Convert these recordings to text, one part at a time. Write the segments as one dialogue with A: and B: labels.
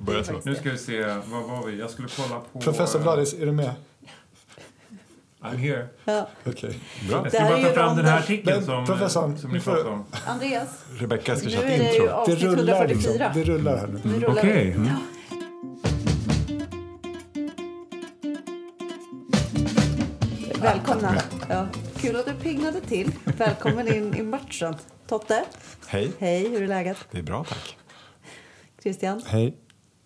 A: börja tro.
B: Nu ska vi se, vad var vi? Jag skulle kolla på... eh,
C: Professor Vladis, är du med?
B: I'm here.
A: Ja.
C: Okej.
B: Bra. Jag
A: Det
B: ska
A: här
B: bara
A: är
B: ta
A: ju
B: fram den här
A: Anders.
B: artikeln
C: Men,
B: som, eh,
C: professorn,
B: som ni
C: nu får-
B: pratade om.
A: Andreas, Rebecka ska
D: köra
A: Nu
D: ett
A: är det ju
D: intro.
C: Det
A: avsnitt
C: rullar liksom.
A: 144.
C: Det rullar här nu.
A: Nu rullar vi.
B: Okej. Mm.
A: Välkomna. Ja. Kul att du pingnade till. Välkommen in i matchen. Totte,
D: Hej.
A: hej, hur är läget?
D: Det är bra, tack.
A: Christian?
C: Hej.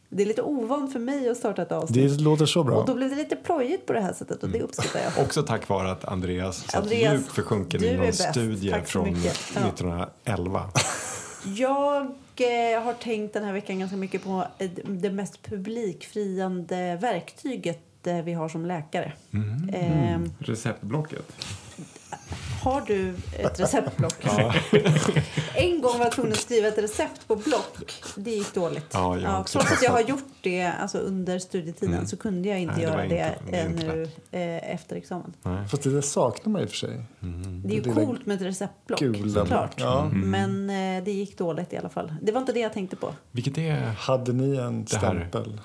A: Det är lite ovant för mig att starta ett avsnitt.
C: Det låter så
A: Och
C: bra. Mm.
A: då blir det lite plojigt på det här sättet och det uppskattar jag.
D: Också tack vare att Andreas satt
A: Andreas,
D: djupt försjunken
A: du
D: i
A: är
D: någon
A: bäst.
D: studie
A: Tack så
D: från
A: mycket. Ja.
D: 1911.
A: Jag eh, har tänkt den här veckan ganska mycket på eh, det mest publikfriande verktyget eh, vi har som läkare.
C: Mm.
A: Ehm,
B: Receptblocket.
A: Har du ett receptblock? en gång var jag tvungen att skriva ett recept på block. Det gick dåligt.
D: Ja, jag har också
A: trots att jag har
D: testat.
A: gjort det alltså, under studietiden så kunde jag inte
D: Nej, det
A: göra
D: var
A: det,
D: inte- det är inte
A: nu eh, efter examen.
C: Fast det där saknar man i och för sig.
A: Det är ju
C: Det är
A: coolt med ett receptblock
C: gula
A: såklart.
C: block, ja.
D: Mm.
A: Men eh, det gick dåligt i alla fall. Det var inte det jag tänkte på.
D: Vilket är...
C: Hade ni en
D: Det här är-
C: stämpel?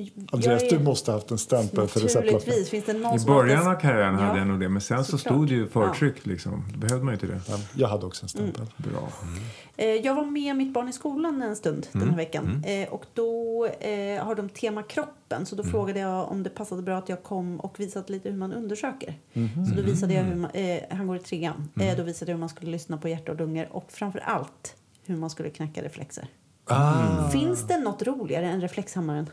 A: Jag
C: Andreas,
A: är-
C: du måste ha haft en stämpel för receptblocket.
A: Naturligtvis finns det någon
B: I
A: som
B: början
A: alltid-
B: av karriären
A: Ja.
B: hade jag nog det, men sen så
A: Såklart.
B: stod det ju förtryckt liksom. Då behövde man ju inte det.
C: Ja, Jag hade också en stämpel.
A: Mm.
B: Bra.
A: Eh, Jag var med mitt barn i skolan en stund den här
B: Mm.
A: veckan. Eh, Och då eh, har de tema kroppen. Så då
B: Mm.
A: frågade jag om det passade bra att jag kom och visade lite hur man undersöker.
B: Mm-hmm.
A: Så då visade jag hur man, eh, han går i trean. Eh, Då visade jag hur man skulle lyssna på hjärta och lungor och framför allt hur man skulle knäcka reflexer.
B: Ah.
D: Mm.
B: Mm.
A: Finns det något roligare än reflexhammaren?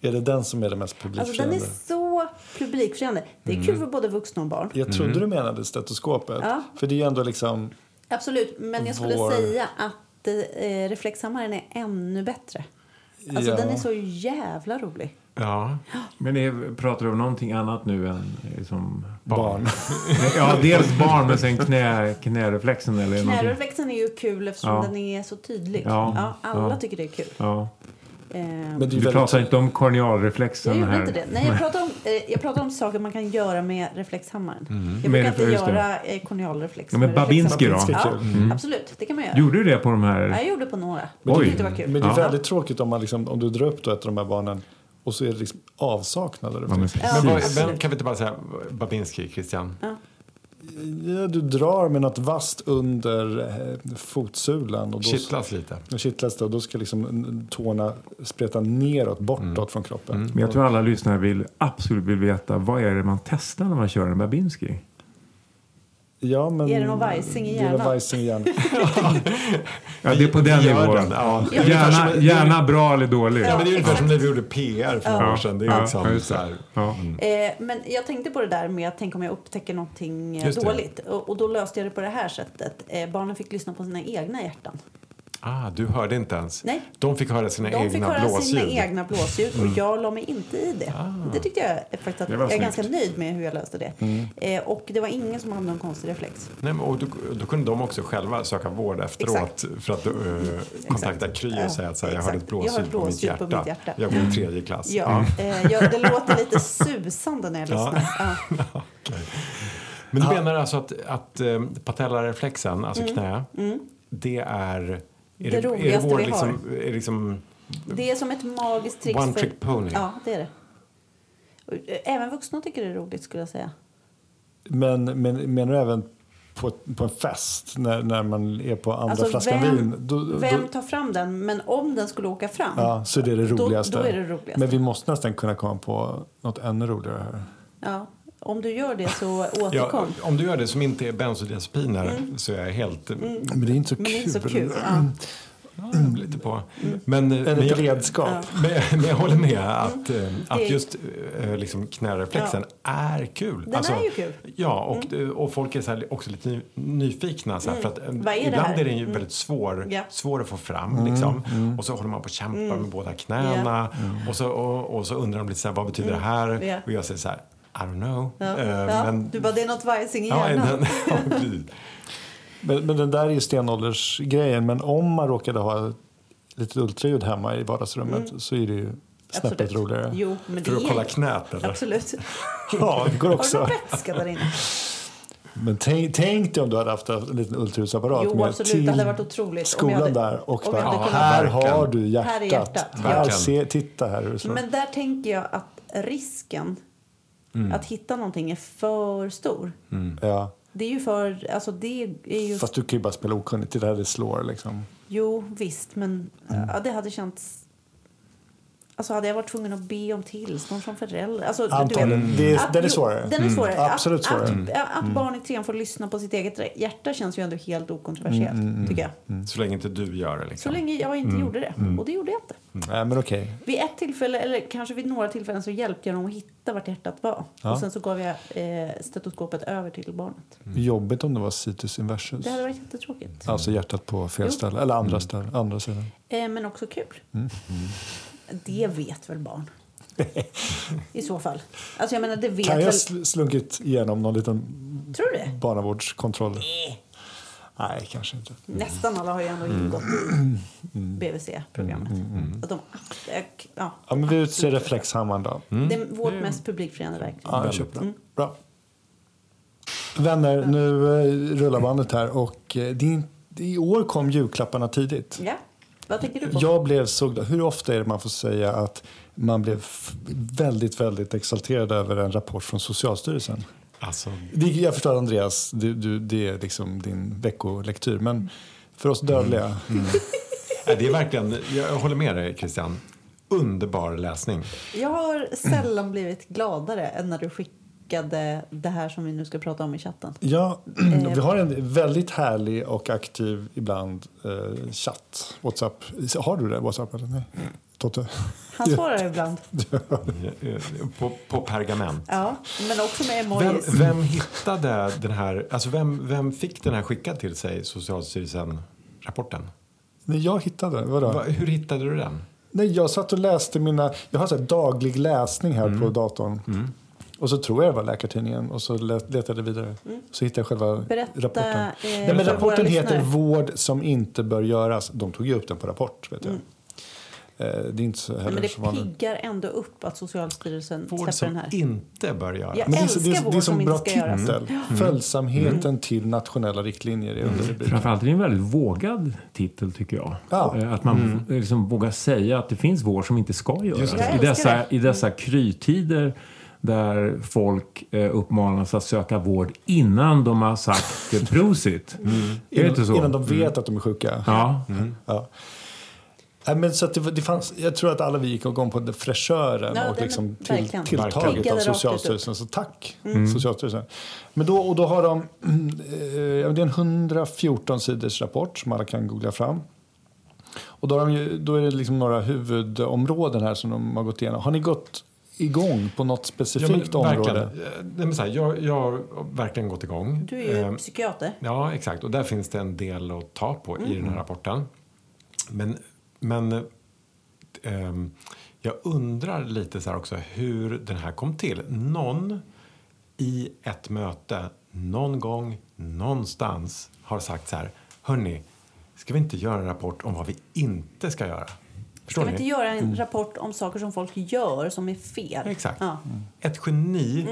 C: Är det den som är det mest
A: Alltså den
C: publikfriande?
A: är så publikfriande. Det är
B: Mm.
A: kul för både vuxna och barn.
C: Jag trodde du menade stetoskopet.
A: Ja.
C: För det är ju ändå liksom...
A: Absolut, men jag skulle
C: Vår-
A: säga att eh, reflexhammaren är ännu bättre. Alltså
C: Ja.
A: den är så jävla rolig.
D: Ja.
B: Men ni pratar om någonting annat nu än liksom...
C: Barn.
B: Ja, dels barn men sen knä, knäreflexen eller någonting.
A: Knäreflexen är ju kul eftersom
B: Ja.
A: den är så tydlig.
B: Ja.
A: alla
B: Ja.
A: tycker det är kul.
B: Ja.
A: Eh,
C: Men det
B: Du
C: är väldigt-
B: pratar inte om
A: jag
B: kornealreflexen
A: gjorde
B: här.
A: inte det. Nej, jag pratar, om, eh, jag pratar om saker man kan göra med reflexhammaren. Jag
B: Med
A: brukar inte
B: reflex- just det.
A: göra eh, kornealreflex.
B: Ja, men
A: med reflexhammaren.
B: Babinski då? Typ-
C: Babinski är
A: Ja,
C: kul.
D: Mm.
A: Absolut, det kan man göra.
B: Gjorde du det på de här?
A: Ja, Jag gjorde på några.
B: Men
A: Jag
B: det-
A: tyckte det var kul.
C: Men det är
B: Ja.
C: väldigt tråkigt om, man liksom, om du drar upp då ett av de här barnen och så är det liksom avsaknad av
B: Ja, men
C: reflex.
D: Men vad,
B: precis.
D: vem, kan vi inte bara säga Babinski, Christian?
C: Ja, du drar med något vasst under eh, fotsulan och då,
D: Kittlas lite.
C: då kittlas det och då ska liksom tårna spreta neråt, bortåt från kroppen.
B: Men jag tror alla lyssnare vill, absolut vill veta vad är det man testar när man kör en Babinski?
C: Ja, men,
A: Är det någon vajsing i
C: Det är någon
A: hjärnan?
C: vajsing i hjärnan.
B: Ja, det är på den
D: Gör
B: nivån.
D: den, ja.
B: Gärna, gärna bra eller dålig.
D: Ja, men det är ungefär som när vi gjorde PR för några år sedan. Det är liksom
B: ja, just
D: så här...
B: det. Ja.
A: Eh, men jag tänkte på det där med att tänka om jag upptäcker någonting eh,
D: Just det.
A: dåligt. Och, och då löste jag det på det här sättet. Eh, barnen fick lyssna på sina egna hjärtan.
D: Ah, du hörde inte ens.
A: Nej.
D: De fick höra sina
A: De
D: egna
A: fick höra
D: blåsljud. Mm. Ah.
A: sina egna blåsljud och jag la mig inte i det. Det tyckte jag eh, faktiskt att
B: Det var
A: jag är
B: snyggt.
A: ganska nöjd med hur jag löste det.
D: Mm.
A: Eh, och det var ingen som hade någon konstig reflex.
D: Nej, men, och då, då kunde de också själva söka vård efteråt
A: Exakt.
D: för att eh, kontakta Kry
A: Ja,
D: och säga att så här, jag
A: exakt.
D: hörde ett
A: Jag har
D: blåsljud
A: ett
D: på,
A: blåsljud
D: mitt
A: på
D: hjärta.
A: mitt hjärta.
D: Jag går i tredje klass. Mm.
A: Ja, eh, jag, det låter lite susande när jag lyssnar. Ja.
D: Men du menar alltså att, att eh, patellareflexen, alltså knä, det är... Är
A: Mm. Det roligaste vi har.
D: liksom, är liksom,
A: Det är som ett magiskt trick.
D: One
A: för-
D: trick pony.
A: Ja, det är det. Och, eh, Även vuxna tycker det är roligt skulle jag säga.
C: Men, men menar du även på, på en fest när, när man är på andra flaskan
A: Alltså, vem,
C: vin? Då, då,
A: vem tar fram den? Men om den skulle åka fram.
C: ja, så det är det
A: Då-
C: roligaste.
A: då är det roligaste.
C: Men vi måste nästan kunna komma på något ännu roligare här.
A: Ja, om du gör det så
D: ja,
A: återkom.
D: om du gör det som inte är bensodiazepiner så är jag helt mm.
C: Men det är inte så
A: Men det är inte så
C: kul. Mm.
A: kul. Ja.
D: lite på.
A: Mm.
D: Men, eh,
C: Eller
D: men,
C: ett
D: jag,
C: redskap.
D: men, men jag håller med att, eh,
A: Mm. Det-
D: att just eh, liksom knäreflexen är kul. Alltså,
A: Den är ju kul. Mm.
D: Ja, och, eh, och folk är så här, också lite ny- nyfikna. Så här, för att, eh,
A: Vad är det
D: ibland
A: här? Mm.
D: är den ju väldigt svår,
A: Ja. Mm.
D: svår att få fram. Liksom. Och så håller man på och kämpar med båda knäna. Och, så, och, och så undrar de lite så här, vad betyder det här?
A: Mm. Ja.
D: Och jag säger så här, I don't know.
A: Ja.
D: Eh,
A: ja. du bara, det är något vajsing i
D: ja,
A: hjärnan.
D: den, ja, precis.
C: Men, men den där är ju stenåldersgrejen. Men om man råkade ha lite ultraljud hemma i vardagsrummet så är det ju snäppet
A: Mm. Absolut.
C: roligare.
A: Jo, men det
D: för att
A: är...
D: kolla knät eller?
A: Absolut.
C: Ja, det
A: Har du
C: går
A: någon
C: också.
A: vätska där inne?
C: Men tänk, tänk dig om du hade haft en liten ultraljudsapparat
A: Jo,
C: med
A: absolut.
C: till
A: Det hade varit otroligt om
C: skolan
A: jag hade-
C: där och
A: om jag
C: där.
A: hade
D: kunnat-
C: här
D: Verkligen.
C: har du hjärtat.
A: Här är hjärtat.
C: Här,
D: Verkligen.
C: se, titta här hur det slår.
A: Men där tänker jag att risken
C: Mm.
A: att hitta någonting är för stor.
C: ja.
A: Det är ju för... Alltså det är ju...
C: Fast du kan ju bara spela okunnig. Titta här det slår liksom.
A: Jo, visst, men
C: Mm.
A: ja, det hade känts... Alltså hade jag varit tvungen att be om tillstånd som förälder? Alltså, du vet-
C: Antagligen. Det är-
A: Att-
C: den är
A: jo,
C: svårare.
A: Den är svårare.
C: Mm. Absolut
A: att,
C: svårare. Mm.
A: Att, att barn i trean får lyssna på sitt eget hjärta känns ju ändå helt
C: Mm,
A: okontroversiellt, tycker jag.
D: Så länge inte du gör det.
A: Så
D: Liksom.
A: länge jag inte gjorde det,
C: Mm.
A: och det gjorde jag inte.
C: Nej, men okej.
A: Vid ett tillfälle, eller kanske vid några tillfällen, så hjälpte jag dem att hitta vart hjärtat var.
C: Ja.
A: Och sen så gav jag eh, stetoskopet över till barnet.
C: Jobbigt om det var situs inversus.
A: Det hade varit jättetråkigt.
C: Alltså hjärtat på fel
A: Jo.
C: ställe. Eller andra ställen. Andra sidan.
A: Eh, men också kul.
C: Mm.
A: Det vet väl barn? I så fall. Alltså jag menar, det vet
C: Kan
A: väl...
C: jag sl- slunkit igenom någon liten
A: Tror du det?
C: barnavårdskontroll? Nej, kanske inte.
A: Nästan alla har ju ändå ingått
C: Mm.
A: i BVC-programmet. Att de... jag- Ja,
C: Ja, men vi utser reflexhammaren då.
A: Det är vårt mest publikfriande verk.
C: Mm. Ja, jag köper den. Bra. Vänner, nu eh, rullar bandet här och eh, det är, in- i år kom julklapparna tidigt.
A: Ja. Vad tänker du på?
C: Jag blev sågd. Hur ofta är det man får säga att man blev f- väldigt, väldigt exalterad över en rapport från Socialstyrelsen?
D: Alltså,
C: Det- Jag förstår Andreas, du, du, det är liksom din veckolektyr, men för oss dödliga.
D: nej, det är verkligen, jag håller med dig Christian. Underbar läsning.
A: Jag har sällan blivit gladare än när du skickade det här som vi nu ska prata om i chatten.
C: Ja,
A: Eh,
C: vi har en väldigt härlig och aktiv ibland eh, chatt. Whatsapp. Har du det? Whatsapp eller nej? Totte?
A: Han svarar ibland.
D: På, på pergament.
A: Ja, men också med
D: Vem,
A: emojis.
D: vem hittade den här, alltså vem, vem fick den här skickad till sig, Socialstyrelsen-rapporten?
C: Nej, jag hittade den. Vadå?
D: Va, hur hittade du den?
C: Nej, jag satt och läste mina... Jag har så här daglig läsning här på datorn. Och så tror jag det var Läkartidningen och så le- letade jag vidare. Så hittade jag själva
A: Mm. Berätta,
C: rapporten.
A: eh,
C: Nej,
A: för
C: men rapporten
A: våra
C: heter
A: lyssnare.
C: Vård som inte bör göras. De tog ju upp den på Rapport, vet jag. Eh, Det är inte så heller
A: Mm. Nej, men det
C: så vanligt.
A: piggar ändå upp att Socialstyrelsen
D: Vård
B: liksom
A: släpper den
D: som
A: här.
D: inte bör göras.
A: Ja.
C: Men det är, så- det
A: älskar
C: är, det är
A: vård
C: som
A: som
C: bra
A: inte ska Mm. göras.
C: titel.
B: Mm.
C: Följsamheten till nationella riktlinjer är underrubriken.
B: Framförallt är det en väldigt vågad titel tycker jag.
C: Ja.
B: Eh, Att man
A: Mm.
B: eh, liksom vågar säga att det finns vår som inte ska göras.
A: Just det. Jag
B: I
A: älskar
B: dessa,
A: det.
B: I dessa krytider där folk eh, uppmanas att söka vård innan de har sagt prosit.
D: Mm.
B: Är det inte så? Mm.
C: Innan de vet att de är sjuka.
B: Ja.
C: Ja. Nej, men så att det, var- det fanns, jag tror att alla vi gick igång på det fräschören
A: Ja,
C: och
A: den-
C: liksom till,
A: verkligen. Verkligen.
C: tilltaget
A: Piggade
C: av
A: rakt ut Mm. upp.
C: Socialstyrelsen. Så tack, Socialstyrelsen. Men då, och då har de... Eh, det är en 114 sidors rapport som alla kan googla fram. Och då, har de ju, då är det liksom några huvudområden här som de har gått igenom. Har ni gått igång på något
D: Ja, men
C: specifikt
D: verkligen.
C: område?
D: Eh, Nej, men så här, jag, jag har verkligen gått igång.
A: Du är ju
D: Eh,
A: psykiater.
D: Ja, exakt. Och där finns det en del att ta på i
A: Mm.
D: den här rapporten. Men, men eh, ehm, jag undrar lite så här också hur den här kom till. Någon i ett möte, någon gång, någonstans har sagt så här. Hörni, ska vi inte göra en rapport om vad vi inte ska göra? Förstår
A: Ska vi
D: ni?
A: inte göra
B: Mm.
A: en rapport om saker som folk gör som är fel?
D: Exakt. Mm.
A: Ja. Mm.
D: Ett geni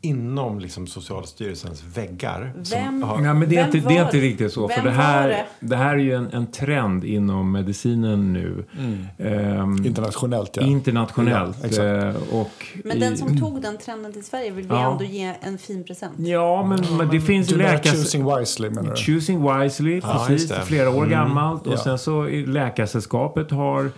D: inom liksom Socialstyrelsens väggar.
A: Vem-
D: har-
B: Ja, men det, är
A: Vem
B: inte, det är
A: var
B: inte
A: det?
B: riktigt så.
A: Vem
B: för det här,
A: var det?
B: det här är ju en, en trend inom medicinen nu. Ehm,
C: Mm. Internationellt, ja.
B: internationellt.
C: Ja, exakt.
B: eh, och
A: Men
B: i,
A: den som tog den trenden till Sverige vill vi
B: Ja.
A: ändå ge en fin present.
B: Ja, men, men det finns
C: du menar
B: läkare...
C: choosing wisely, menar du?
B: Choosing Wisely,
D: Ja,
B: precis,
D: just det.
B: flera år gammalt. Och
C: Ja.
B: sen så i Läkarsällskapet har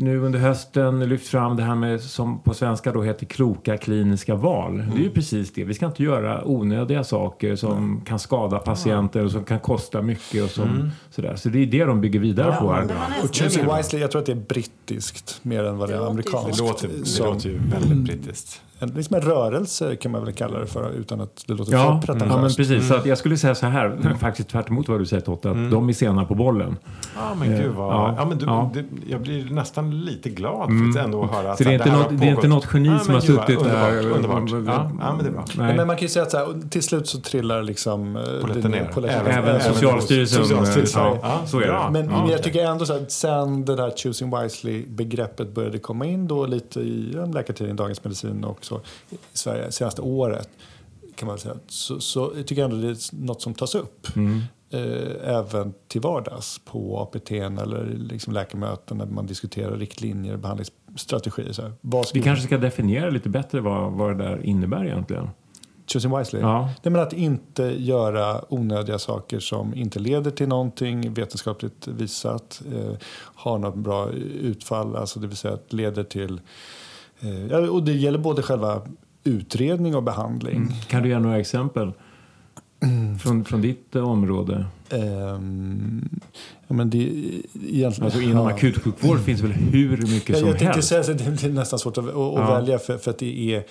B: nu under hösten lyft fram det här med, som på svenska då heter kloka kliniska val. Det är ju precis det. Vi ska inte göra onödiga saker som kan skada patienter och som kan kosta mycket och som, sådär. Så det är det de bygger vidare på här.
A: men man
C: Och
A: älskar
C: Choosing
A: det.
C: Wisely, jag tror att det är brittiskt mer än vad det
A: Det
C: är
A: låter ju
D: Det
C: amerikanskt.
A: så.
D: låter, det
C: Som-
D: låter ju väldigt brittiskt.
C: en, liksom en rörelse kan man väl kalla det för utan att det låter
B: Ja, Mm.
C: för
B: ja, men
C: pretentiöst.
B: precis. Så att jag skulle säga så här, faktiskt tvärt emot vad du säger Totte, att de är sena på bollen.
D: Ja, men gud vad... Ja,
B: ja,
D: men du,
B: ja. Mm.
D: Det, jag blir nästan lite glad faktiskt ändå att höra att
B: Så det är,
D: här,
B: inte
D: här
B: något,
D: har
B: det är inte
D: pågått.
B: något geni
D: Ja,
B: som
D: men
B: har
D: gud vad
B: suttit eh, där.
D: Underbart, underbart. Ja,
B: Mm.
D: ja, men det är bra.
B: Nej.
C: Men man kan ju säga att så här, till slut så trillar liksom eh,
D: Polletten
C: linjen-
D: ner.
C: polletten
D: Även-
B: Även Socialstyrelsen.
D: Socialstyrelsen,
B: Ja,
D: ja.
B: så är
D: Bra.
B: det.
C: Men,
D: Ja,
C: men jag
D: okej.
C: tycker ändå så här, sen det där choosing wisely-begreppet började komma in då lite i eh, Läkartidningen, Dagens Medicin och så i Sverige senaste året kan man säga, så, så jag tycker jag ändå det är något som tas upp.
D: Mm.
C: Eh, även till vardags på APT eller liksom läkarmöten när man diskuterar riktlinjer, behandlingsstrategier. Så här. Vad
B: Vi
C: skulle-
B: kanske ska definiera lite bättre vad, vad det där innebär egentligen.
C: Choosing wisely.
B: Ja.
C: Nej, men att inte göra onödiga saker som inte leder till någonting vetenskapligt visat, eh, har något bra utfall, alltså det vill säga att leder till... Eh, ja, och det gäller både själva utredning och behandling.
B: Kan du ge några exempel från, från ditt eh, område?
C: Ehm, ja, men det, egentligen,
B: Alltså inom
C: ja.
B: akutsjukvård finns väl hur mycket
C: Jag,
B: som
C: jag tänkte
B: helst?
C: säga att det blir nästan svårt att, att, att
B: Ja.
C: välja för, för att det är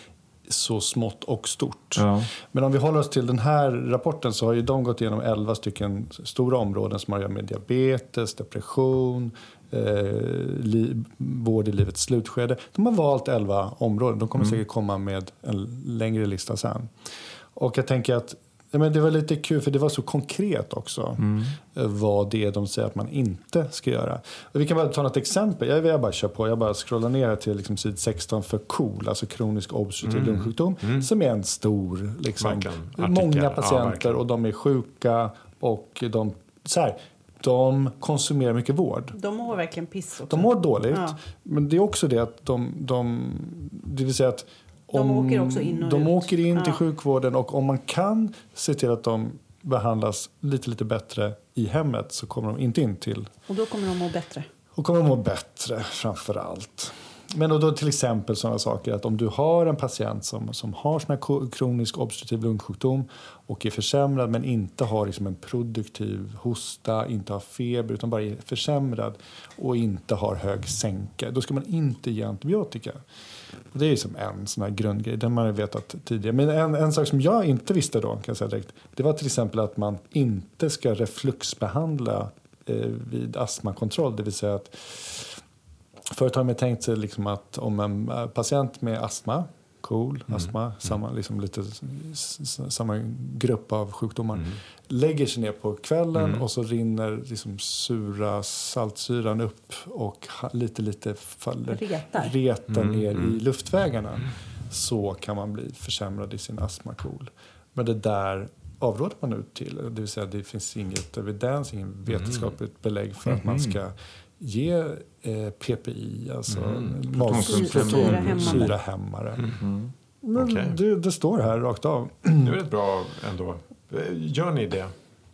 C: så smått och stort.
B: Ja.
C: Men om vi håller oss till den här rapporten så har ju de gått igenom 11 stycken stora områden som har att göra med diabetes, depression, eh, li, vård i livets slutskede. De har valt 11 områden. De kommer säkert komma med en längre lista sen. Och jag tänker att ja, men det var lite kul för det var så konkret också
D: Mm.
C: eh, vad det är de säger att man inte ska göra. Och vi kan bara ta något exempel. Jag, jag bara kör på. Jag bara scrollar ner till liksom sid 16 för KOL, alltså kronisk obstruktiv lungsjukdom, som är en stor liksom,
D: Mm. Verkligen. Artikel.
C: många
D: Ja,
C: patienter
D: verkligen.
C: och de är sjuka och de, så här, de konsumerar mycket vård.
A: De mår verkligen piss också.
C: De mår dåligt,
A: typ. Ja.
C: men det är också det att de... de det vill säga att
A: De åker också in och
C: de
A: ut.
C: åker in till
A: Ja.
C: sjukvården och om man kan se till att de behandlas lite, lite bättre i hemmet så kommer de inte in till
A: Och då kommer de må bättre.
C: och kommer att må bättre framför allt. Men och då till exempel sådana saker att om du har en patient som, som har sån här ko- kronisk obstruktiv lungsjukdom och är försämrad men inte har liksom en produktiv hosta, inte har feber utan bara är försämrad och inte har hög sänka, då ska man inte ge antibiotika. Och det är ju som en sån här grundgrej, den man har vetat tidigare. Men en, en sak som jag inte visste då, kan jag säga direkt, det var till exempel att man inte ska refluxbehandla eh, vid astmakontroll, det vill säga att Förut har man tänkt sig liksom att om en eh, patient med astma, KOL, astma, samma, liksom lite, s- s- samma grupp av sjukdomar,
D: Mm.
B: Mm.
C: lägger sig ner på kvällen och så rinner liksom sura saltsyran upp och ha, lite, lite faller,
A: Retar.
C: retar
D: Mm,
C: ner i luftvägarna. Så kan man bli försämrad i sin astma-KOL. Men det där avråder man nu till. Det vill säga det finns inget evidens,
D: Mm.
C: ingen vetenskapligt belägg för att man ska ge eh, PPI, alltså
D: Mm.
A: Syra-
C: magsyra- syrahämmare.
B: Mm.
C: Mm. Men
D: Okej.
C: det, det står här rakt av.
D: Mm. Det är väl ett bra ändå. Eh, Gör ni det?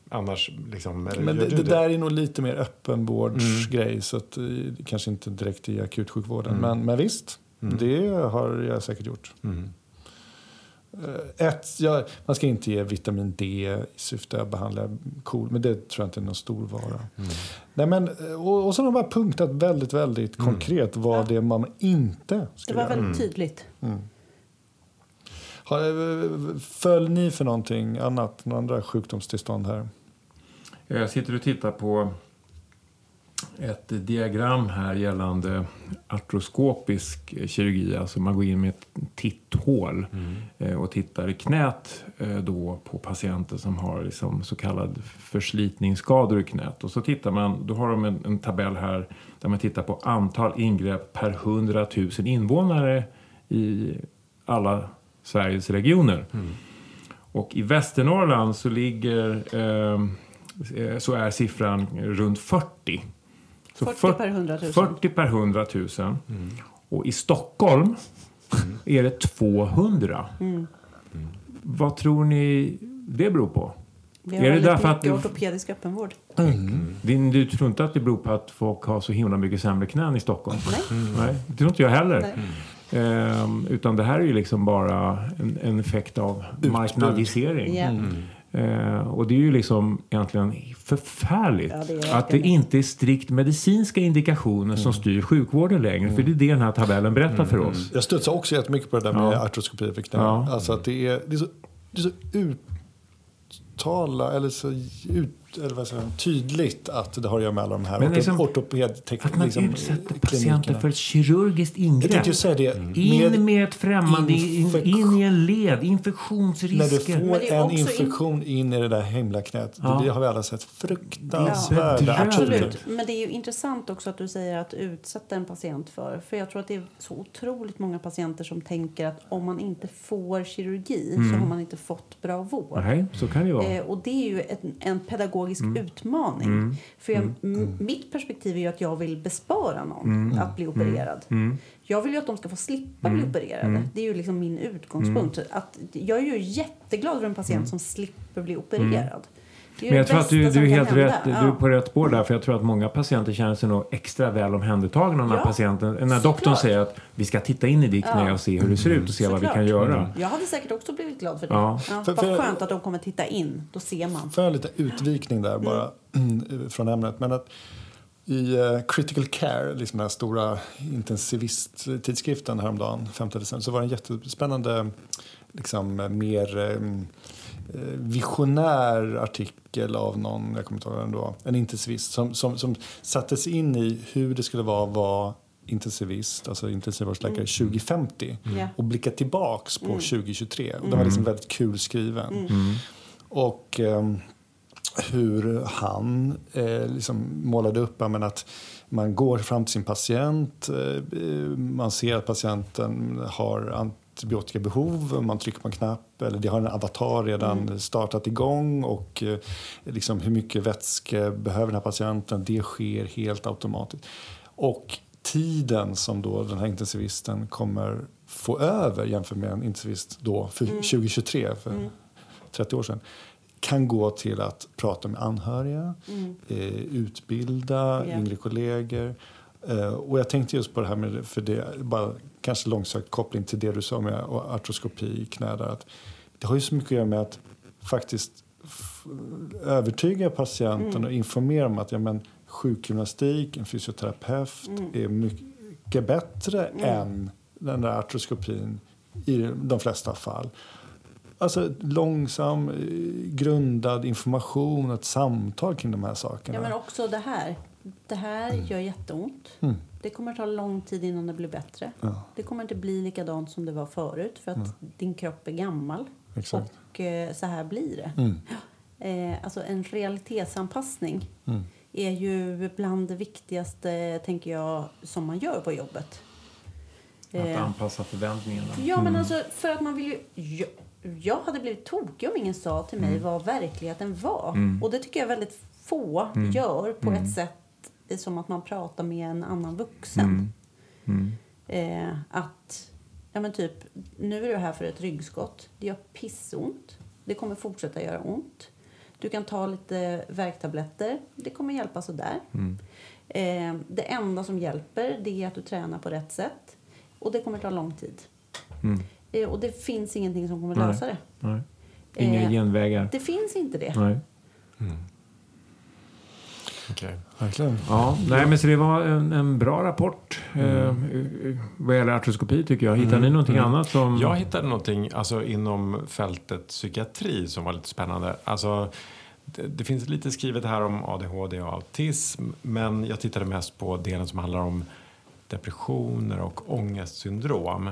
D: Annars liksom, eller
C: Men
D: gör
C: det,
D: du Mm.
C: det där är nog lite mer öppenvårdsgrej så att, eh, det kanske inte direkt i akutsjukvården. Men, men visst,
D: Mm.
C: det har jag säkert gjort. Eh, Ett, ja, man ska inte ge vitamin D i syfte att behandla KOL, men det tror jag inte är någon stor vara.
D: Mm.
C: Nej, men, eh, och, och så har de bara punktat väldigt, väldigt konkret vad det är man inte
A: Det
C: ska
A: var
C: göra.
B: Mm.
C: Mm.
A: väldigt tydligt.
C: Har, eh, följ ni för någonting annat, några andra sjukdomstillstånd här?
B: Jag sitter och tittar på ett diagram här gällande artroskopisk kirurgi. Alltså man går in med ett titthål
D: Mm.
B: eh, och tittar i knät eh, då på patienter som har liksom så kallad förslitningsskador i knät. Och så tittar man, då har de en, en tabell här där man tittar på antal ingrepp per 100 000 invånare i alla Sveriges regioner. Och i Västernorrland så ligger eh, eh, så är siffran runt 40. Så
A: 40
B: fyrt-
A: per 100 000.
B: 40 per 100 000. Och i Stockholm är det 200. Vad tror ni det beror på?
A: Vi
B: Är
A: har
B: det
A: väldigt
B: därför
A: mycket
B: att ni-
A: ortopedisk öppenvård.
B: Din, du tror inte att det beror på att folk har så himla mycket sämre knän i Stockholm?
A: Nej.
B: Nej, det tror inte jag heller.
A: Nej.
B: Ehm, utan det här är ju liksom bara en, en effekt av marknadisering.
A: Ja.
C: Mm.
B: Eh, och det är ju liksom egentligen förfärligt
A: Ja, det är verkligen
B: att det
A: det.
B: inte är strikt medicinska indikationer
C: Mm.
B: som styr sjukvården längre. För det är det den här tabellen berättar för oss.
C: Jag studsar också jättemycket på det där med
B: Ja.
C: artroskopi för knä.
B: Ja.
C: Alltså att det är, det är så, det är så uttala, eller så ut, eller vad säger, man, tydligt att det har att göra med alla de här
B: Men
C: orto-
B: liksom,
C: ortopedteknikerna. Liksom,
B: Att man utsätter patienter för ett kirurgiskt
C: Jag
B: ingrepp.
C: tänkte ju säga det.
B: In
C: Med,
B: med ett främmande, in,
C: infek-
B: in i en led,
C: när du
B: infektionsrisker.
A: Men det
C: får
A: är
C: en
A: också in-
C: infektion in i det där himlaknät,
B: Ja.
C: det har vi alla sett
B: Ja.
C: fruktansvärda
B: Bedrövligt.
C: artiklar.
A: Absolut. Men det är ju intressant också att du säger att utsätta en patient för. För jag tror att det är så otroligt många patienter som tänker att om man inte får kirurgi
B: Mm.
A: så har man inte fått bra vård.
B: Nej, så kan det ju vara.
A: Eh, och det är ju en, en pedagogisk
B: Mm.
A: utmaning. För jag, m- mitt perspektiv är ju att jag vill bespara någon
B: Mm.
A: att bli opererad. Jag vill ju att de ska få slippa bli opererade.
B: Mm.
A: Det är ju liksom min utgångspunkt. Att, jag är ju jätteglad för en patient som slipper bli opererad. Det är ju
B: Mm. Men jag tror
A: det
B: att du,
A: bästa
B: du är
A: som
B: helt
A: kan hända.
B: rätt, du är
A: Ja.
B: på rätt spår där. För jag tror att många patienter känner sig nog extra väl omhändertagna när,
A: Ja,
B: patienten, när
A: såklart.
B: doktorn säger att vi ska titta in i ditt knä och se hur det ser ut och se vad vi kan
A: Såklart. Mm.
B: göra.
A: Jag hade säkert också blivit glad för det.
B: Ja.
A: Ja.
C: För- för-
A: vad skönt att de kommer titta in. Då ser man.
C: Får jag en liten utvikning där bara från ämnet. Men att I eh, Critical Care, liksom den här stora intensivisttidskriften häromdagen, 5 december, så var det en jättespännande, liksom eh, mer eh, eh, visionär artikel av någon, jag kommer inte ihåg vem det var, en intensivist som, som, som satte sig in i hur det skulle vara att vara intensivist, alltså intensivvårdsläkare 2050
A: Ja.
C: och blicka tillbaks på 2023. Och den var liksom väldigt kul skriven. Och ehm, hur han eh, liksom målade upp ja, men att man går fram till sin patient. Eh, man ser att patienten har antibiotikabehov. Man trycker på en knapp. Eller det har en avatar redan startat igång. Och eh, liksom hur mycket vätske behöver den här patienten. Det sker helt automatiskt. Och tiden som då den här intensivisten kommer få över jämfört med en intensivist då för 2023. För, 30 år sedan kan gå till att prata med anhöriga, eh, utbilda
A: Ja.
C: yngre kollegor. Eh, och jag tänkte just på det här med, för det är bara kanske långsökt koppling till det du sa med och artroskopi i knä där, att det har ju så mycket att göra med att faktiskt f- övertyga patienten
A: Mm.
C: och informera om att ja, men, sjukgymnastik, en fysioterapeut
A: Mm.
C: är mycket bättre än den där artroskopin i de flesta fall. Alltså långsam, eh, grundad information och ett samtal kring de här sakerna.
A: Ja, men också det här. Det här
B: Mm.
A: gör jätteont. Det kommer ta lång tid innan det blir bättre. Det kommer inte bli likadant som det var förut för att din kropp är gammal.
C: Exakt.
A: Och eh, så här blir det.
B: Mm.
A: Eh, alltså en realitetsanpassning
B: Mm.
A: är ju bland det viktigaste, tänker jag, som man gör på jobbet.
B: Mm. Att
A: Eh,
B: anpassa förväntningarna.
A: Ja, men alltså för att man vill ju... Jag, jag hade blivit tokig om ingen sa till mig vad verkligheten var. Och det tycker jag väldigt få gör på ett sätt som att man pratar med en annan vuxen. Eh, att, ja men typ, nu är du här för ett ryggskott. Det gör pissont. Det kommer fortsätta göra ont. Du kan ta lite värktabletter. Det kommer hjälpa sådär.
D: Mm.
A: Eh, det enda som hjälper det är att du tränar på rätt sätt. Och det kommer ta lång tid.
D: Mm.
A: Eh, och det finns ingenting som kommer
B: Nej.
A: lösa det.
B: Nej. Inga
A: Eh,
B: genvägar.
A: Det finns inte det.
B: Nej.
D: Okej.
C: Verkligen.
B: Ja, nej, men så det var en, en bra rapport eh, vad gäller artroskopi tycker jag. Hittar ni någonting annat som...
D: Jag hittade någonting alltså, inom fältet psykiatri som var lite spännande. Alltså, det, det finns lite skrivet här om ADHD och autism men jag tittade mest på delen som handlar om depressioner och ångestsyndrom.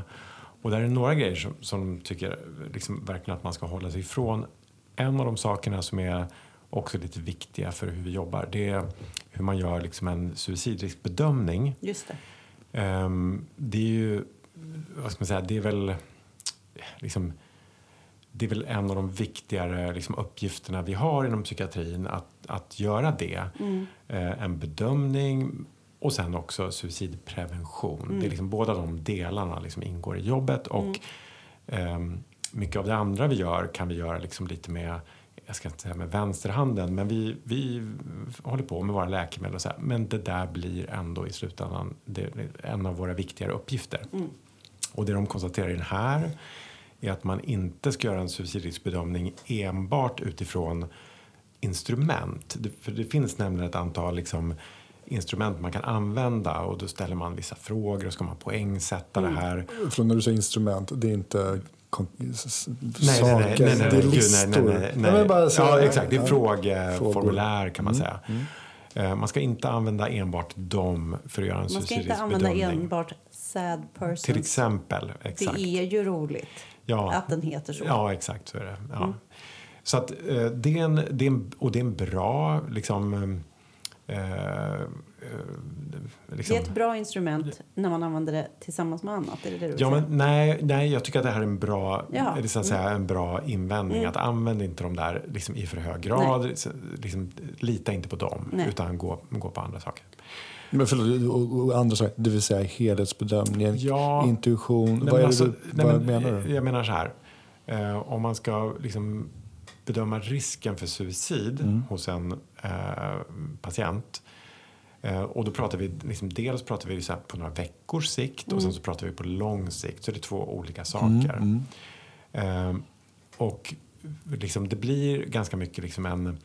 D: Och där är det några grejer som, som tycker liksom, verkligen att man ska hålla sig ifrån. En av de sakerna som är också lite viktiga för hur vi jobbar det är hur man gör liksom, en suicidriskbedömning.
A: Just det.
D: Ehm, det är ju, vad ska man säga, det är väl liksom det är väl en av de viktigare liksom, uppgifterna vi har inom psykiatrin att, att göra det. Eh, en bedömning och sen också suicidprevention. Det är liksom, båda de delarna liksom, ingår i jobbet och ehm, mycket av det andra vi gör kan vi göra liksom, lite med jag ska inte säga med vänsterhanden, men vi, vi håller på med våra läkemedel och så här. Men det där blir ändå i slutändan det, en av våra viktigare uppgifter. Och det de konstaterar i den här är att man inte ska göra en suicidriskbedömning enbart utifrån instrument. Det, för det finns nämligen ett antal liksom instrument man kan använda och då ställer man vissa frågor och ska man poängsätta det här.
C: För när du säger instrument, det är inte kon- s- s-
D: Nej,
C: saker,
D: nej, nej, nej, nej,
C: det är
D: gud,
C: listor.
D: Nej, nej, nej, nej.
C: men bara så-
D: ja, exakt. Det är
C: ja. mm,
D: frågeformulär kan man säga. Eh, Man ska inte använda enbart dem för att göra en
A: Man ska
D: suicidrisk
A: inte använda
D: bedömning.
A: enbart sad
D: Till
A: person.
D: exempel.
A: Det
D: Exakt.
A: är ju roligt
D: Ja.
A: att den heter så. Mm.
D: Ja, exakt så är det. Ja. Så att eh, det är en, det är en, och det är en bra liksom, eh, eh,
A: Det
D: liksom
A: är ett bra instrument när man använder det tillsammans med annat. Är det det du vill
D: Ja,
A: säga?
D: men, nej, nej, jag tycker att det här är en bra,
A: Ja. Mm.
D: det är så att säga, en bra invändning. Att använda inte de där liksom, i för hög grad. Liksom, lita inte på dem,
A: Nej.
D: utan gå, gå på andra saker.
C: Men förlåt, och, och andra saker, det vill säga helhetsbedömningen,
D: Ja.
C: intuition.
D: Nej,
C: vad
D: men
C: är
D: alltså,
C: det du,
D: nej,
C: vad
D: men,
C: menar du?
D: eh, Jag menar så här. Eh, om man ska liksom bedöma risken för suicid
C: Mm.
D: hos en eh, patient. Eh, och då pratar vi liksom, dels pratar vi så här på några veckors sikt och
C: Mm.
D: sen så pratar vi på lång sikt. Så det är två olika saker. Eh, och liksom, det blir ganska mycket liksom en,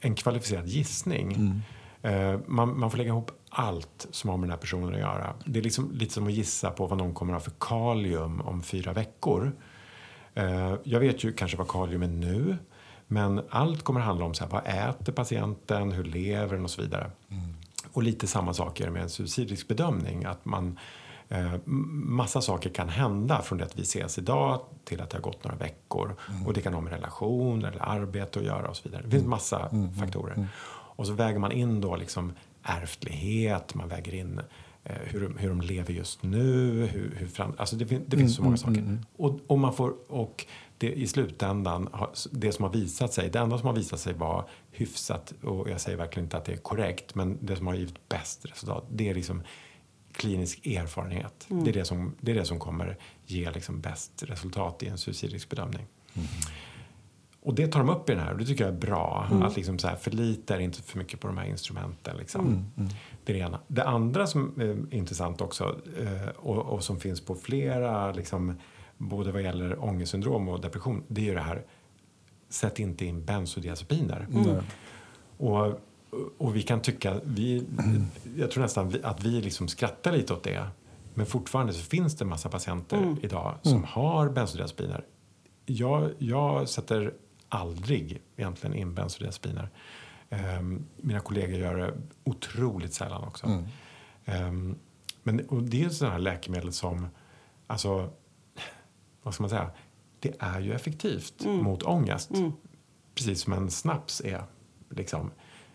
D: en kvalificerad gissning. Eh, man, man får lägga ihop allt som har med den här personen att göra. Det är liksom, lite som att gissa på vad någon kommer att ha för kalium om fyra veckor. Eh, jag vet ju kanske vad kalium är nu. Men allt kommer handla om så här, vad äter patienten, hur lever den och så vidare. Och lite samma saker med en suicidrisk bedömning. Att man, eh, m- massa saker kan hända från det att vi ses idag till att det har gått några veckor. Och det kan ha med relation eller arbete att göra och så vidare. Det finns massa faktorer. Och så väger man in då liksom ärftlighet, man väger in eh, hur, de- hur de lever just nu. Hur, hur fram, alltså det, fin- det finns så många saker. Och, och, man får, och det, i slutändan, har- det som har visat sig, det enda som har visat sig vara hyfsat, och jag säger verkligen inte att det är korrekt, men det som har givit bäst resultat, det är liksom klinisk erfarenhet. Det, är det, som, det är det som kommer ge liksom bäst resultat i en suicidrisk bedömning. Och det tar de upp i den här och det tycker jag är bra. Att liksom så här, förlita er inte för mycket på de här instrumenten. Liksom. Det är det ena. Det andra som är intressant också eh, och, och som finns på flera, liksom, både vad gäller ångestsyndrom och depression, det är ju det här sätt inte in bensodiazepiner. Och, och vi kan tycka, vi, jag tror nästan vi, att vi liksom skrattar lite åt det. Men fortfarande så finns det en massa patienter idag som har bensodiazepiner. Jag, jag sätter aldrig egentligen in bensodiazepiner. Ehm, mina kollegor gör det otroligt sällan också. Ehm, men och det är ju sådana här läkemedel som, alltså, vad ska man säga, det är ju effektivt mot ångest. Precis som en snaps är. Liksom.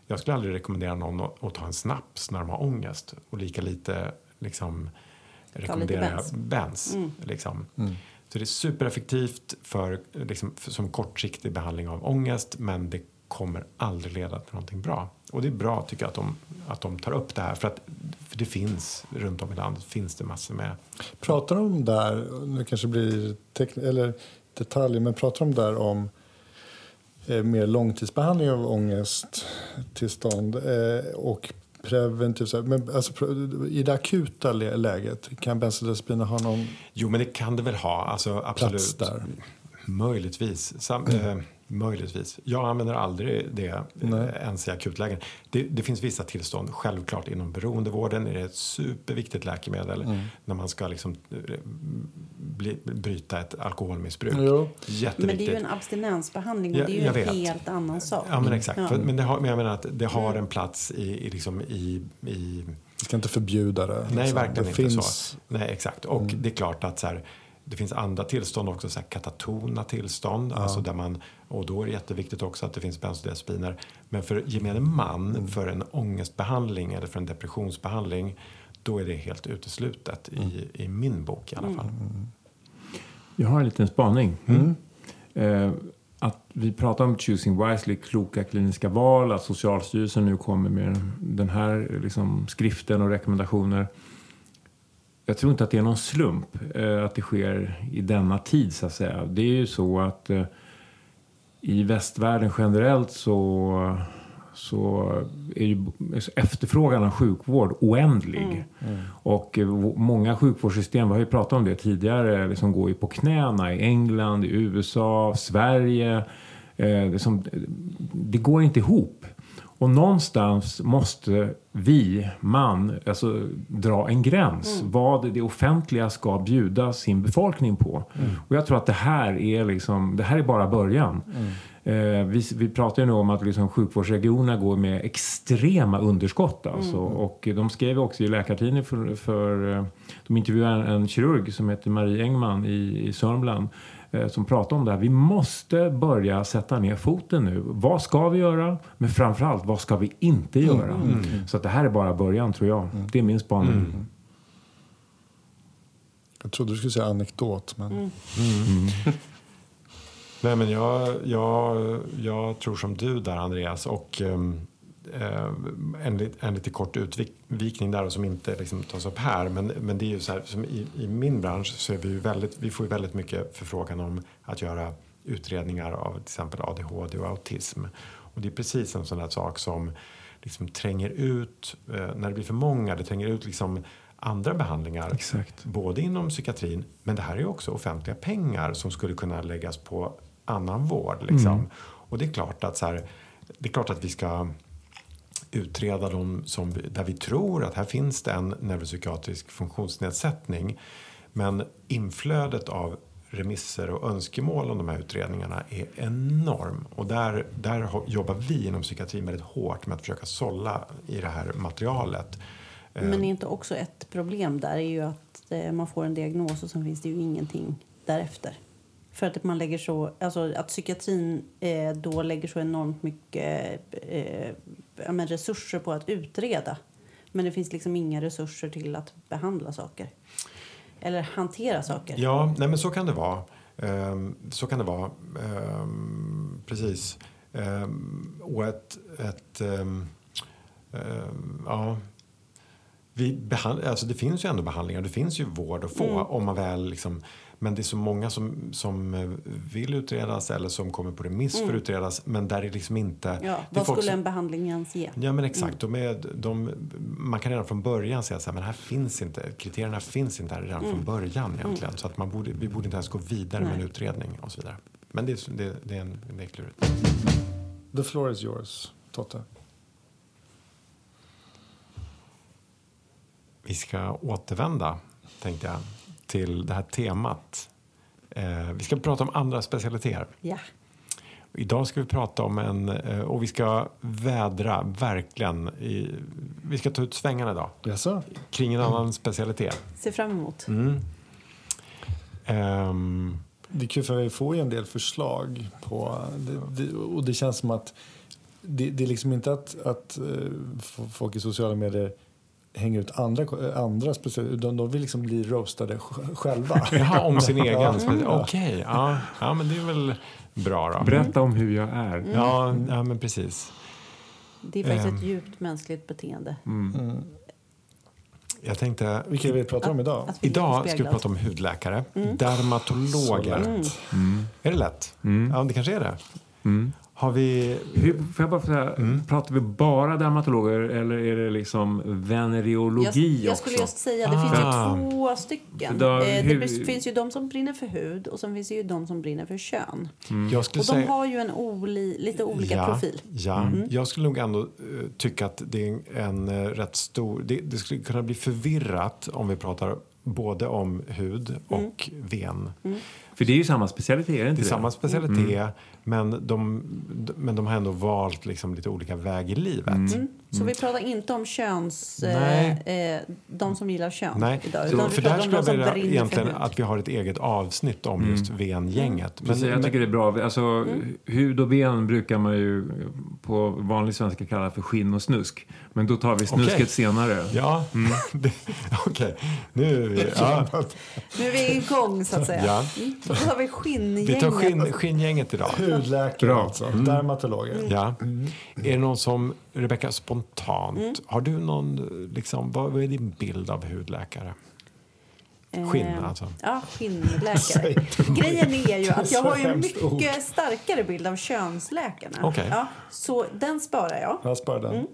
D: Jag skulle aldrig rekommendera någon att, att ta en snaps när de har ångest. Och lika lite liksom, rekommenderar jag
A: Bens.
D: Bens. Liksom. Så det är supereffektivt för, liksom, för, som kortsiktig behandling av ångest men det kommer aldrig leda till någonting bra. Och det är bra tycker jag att de, att de tar upp det här för att för det finns runt om i landet finns det massor med
C: Pratar de om där, nu kanske det blir tekn- eller detaljer, men pratar de där om eh, mer långtidsbehandling av ångesttillstånd eh, och preventiv, så här, men alltså, pr- i det akuta lä- läget, kan bensodiazepiner ha någon
D: Jo, men det kan det väl ha. Alltså, absolut.
C: där. Mm.
D: Möjligtvis. Sam, eh, möjligtvis. Jag använder aldrig det eh,
C: Nej.
D: ens i akutlägen. Det, det finns vissa tillstånd, självklart inom beroendevården är det ett superviktigt läkemedel
C: Mm.
D: när man ska liksom, eh, bli, bryta ett alkoholmissbruk.
C: Jo.
D: Jätteviktigt.
A: Men det är ju en abstinensbehandling och
D: Ja,
A: det är ju
D: jag
A: en
D: vet.
A: helt annan sak.
D: Ja, men exakt.
A: Ja. Mm.
D: För, men, det har, men jag menar att det har en plats i, i, liksom, i, i
C: Vi ska inte förbjuda det.
D: Nej,
C: liksom.
D: verkligen
C: det
D: inte
C: finns, Mm.
D: så. Nej, exakt. Och det är klart att så här, det finns andra tillstånd också, så här katatona tillstånd. Alltså där man, och då är det jätteviktigt också att det finns bensodiazepiner. Men för gemene man,
C: Mm.
D: för en ångestbehandling eller för en depressionsbehandling, då är det helt uteslutet
C: Mm.
D: i, i min bok i alla fall.
B: Jag har en liten spaning. Eh, att vi pratar om choosing wisely, kloka kliniska val, att Socialstyrelsen nu kommer med den här liksom, skriften och rekommendationer. Jag tror inte att det är någon slump eh, att det sker i denna tid så att säga. Det är ju så att eh, i västvärlden generellt så, så är ju efterfrågan av sjukvård oändlig. Och eh, vå- många sjukvårdssystem, vi har ju pratat om det tidigare, liksom går ju på knäna i England, i USA, Sverige. Eh, liksom, det går inte ihop. Och någonstans måste vi, man, alltså dra en gräns. Vad det offentliga ska bjuda sin befolkning på. Och jag tror att det här är, liksom, det här är bara början. Eh, vi, vi pratar ju nu om att liksom sjukvårdsregionerna går med extrema underskott. Alltså. Och de skrev också i Läkartidningen för, för eh, de intervjuade en, en kirurg som heter Marie Engman i, i Sörmland eh, som pratade om det här. Vi måste börja sätta ner foten nu. Vad ska vi göra? Men framförallt, vad ska vi inte göra? Så att det här är bara början tror jag. Det är min spaning.
C: Jag trodde du skulle säga anekdot, men
D: Nej, men jag, jag, jag tror som du där, Andreas. Och ehm, eh, en, lit- en lite kort utvikning där och som inte liksom tas upp här. Men, men det är ju så här, som i, i min bransch så är vi ju väldigt, vi får ju väldigt mycket förfrågan om att göra utredningar av till exempel ADHD och autism. Och det är precis en sån där sak som liksom tränger ut, eh, när det blir för många, det tränger ut liksom andra behandlingar.
B: Exakt.
D: Både inom psykiatrin, men det här är ju också offentliga pengar som skulle kunna läggas på annan vård. Liksom. Och det är klart att så här, det är klart att vi ska utreda de som, vi- där vi tror att här finns det en neuropsykiatrisk funktionsnedsättning. Men inflödet av remisser och önskemål om de här utredningarna är enorm. Och där, där ho- jobbar vi inom psykiatrin väldigt hårt med att försöka sålla i det här materialet. eh,
A: Men är inte också ett problem där är ju att eh, man får en diagnos och sen finns det ju ingenting därefter. För att man lägger så, alltså att psykiatrin eh, då lägger så enormt mycket eh, ja, men resurser på att utreda. Men det finns liksom inga resurser till att behandla saker. Eller hantera saker.
D: Ja, nej men så kan det vara. Ehm, så kan det vara. Ehm, precis. Ehm, och ett... ett ehm, ehm, ja. Vi behand, alltså det finns ju ändå behandlingar, det finns ju vård att få.
A: Mm.
D: om man väl liksom, Men det är så många som, som eh, vill utredas eller som kommer på remiss för att utredas. Men där är liksom inte...
A: Mm. Ja,
D: det är
A: vad
D: folk
A: skulle
D: som- Mm.
A: en behandling ens ge?
D: Ja men exakt. De är, de, man kan redan från början säga så här, men här finns inte, kriterierna finns inte här redan från början egentligen. Så att man borde, vi borde inte ens gå vidare med en
A: Nej.
D: utredning och så vidare. Men det, är- det, det, är, en, det är klurigt.
C: the floor is yours, Totte.
D: Vi ska återvända, tänkte jag, till det här temat. Eh, vi ska prata om andra specialiteter.
A: Ja.
D: Idag ska vi prata om en, eh, och vi ska vädra verkligen, i, vi ska ta ut svängarna idag,
C: Jaså?
D: kring en annan specialitet.
A: Se fram emot.
D: Ehm,
C: Det är kul för vi får ju en del förslag på det, det, och det känns som att det, det är liksom inte att, att eh, f- folk i sociala medier hänger ut andra, ko- andra speciellt, utan de vill liksom bli roastade sj- själva.
D: Jaha, om Mm. sin egen. speci- Okej, ja. ja, men det är väl bra då.
B: Berätta om hur jag är.
D: Ja, ja, men precis.
A: Det är faktiskt
D: Ehm.
A: ett djupt mänskligt beteende.
D: Jag tänkte,
C: Vilka vi pratar om idag.
A: Att vi
D: idag ska vi
A: återspeglas.
D: prata om hudläkare,
A: Mm.
C: Så
D: dermatologer. Mm.
C: lätt.
D: Är det lätt? Ja, det kanske är det. Har vi...
B: Hur, får jag bara säga, pratar vi bara dermatologer eller är det liksom
A: Jag,
B: venereologi
A: jag
B: också?
A: skulle just säga, det finns
D: Ah.
A: ju två stycken.
B: Där-
A: eh, det
B: hur-
A: bes- finns ju de som brinner för hud och sen finns det ju de som brinner för kön.
D: Jag skulle
A: Och de har ju en oli, lite olika
D: ja,
A: profil.
D: Ja, jag skulle nog ändå eh, tycka att det är en eh, rätt stor... Det, det skulle kunna bli förvirrat om vi pratar både om hud
A: Mm.
D: och ven.
B: För det är ju samma specialitet, är det inte
D: Det är
B: det? Mm.
D: samma specialitet, men, de, d- men de har ändå valt liksom lite olika väg i livet.
B: Mm.
A: Mm. Så vi pratar inte om köns...
D: Mm. Nej.
A: Eh, eh, de som gillar kön
D: Nej,
A: idag.
D: så,
A: Utan
D: för
A: vi
D: där
A: pratar om
D: skulle
A: de
D: jag
A: som
D: vilja
A: brinner för
D: egentligen
A: hud.
D: att vi har ett eget avsnitt om just VN-gänget. Men,
B: Mm. Precis, jag tycker det är bra. Alltså, Hud och ben brukar man ju på vanlig svenska kalla för skinn och snusk. Men då tar vi snusket
D: Okej.
B: senare.
D: Ja,
B: Mm.
D: det- okej. Nu... Ja,
A: Nu är vi igång så att säga.
D: Ja.
A: Mm. Då har vi
D: vi tar
A: skinngänget.
D: skinn, skinngänget idag.
C: Hudläkare
B: Bra.
C: alltså,
D: Mm.
C: dermatologer.
A: Mm.
D: Ja.
B: Mm.
D: Är det någon som, Rebecka, spontant,
A: Mm.
D: har du någon, liksom, vad, vad är din bild av hudläkare? skinn,
A: Eh,
D: alltså.
A: Ja,
C: Säg
A: skinnläkare.
C: inte
A: Grejen är ju att jag har ju
C: Så
A: en
C: hemskt ord.
A: mycket starkare bild av könsläkarna.
D: Okej.
A: Ja, så den sparar jag.
C: Jag sparar den.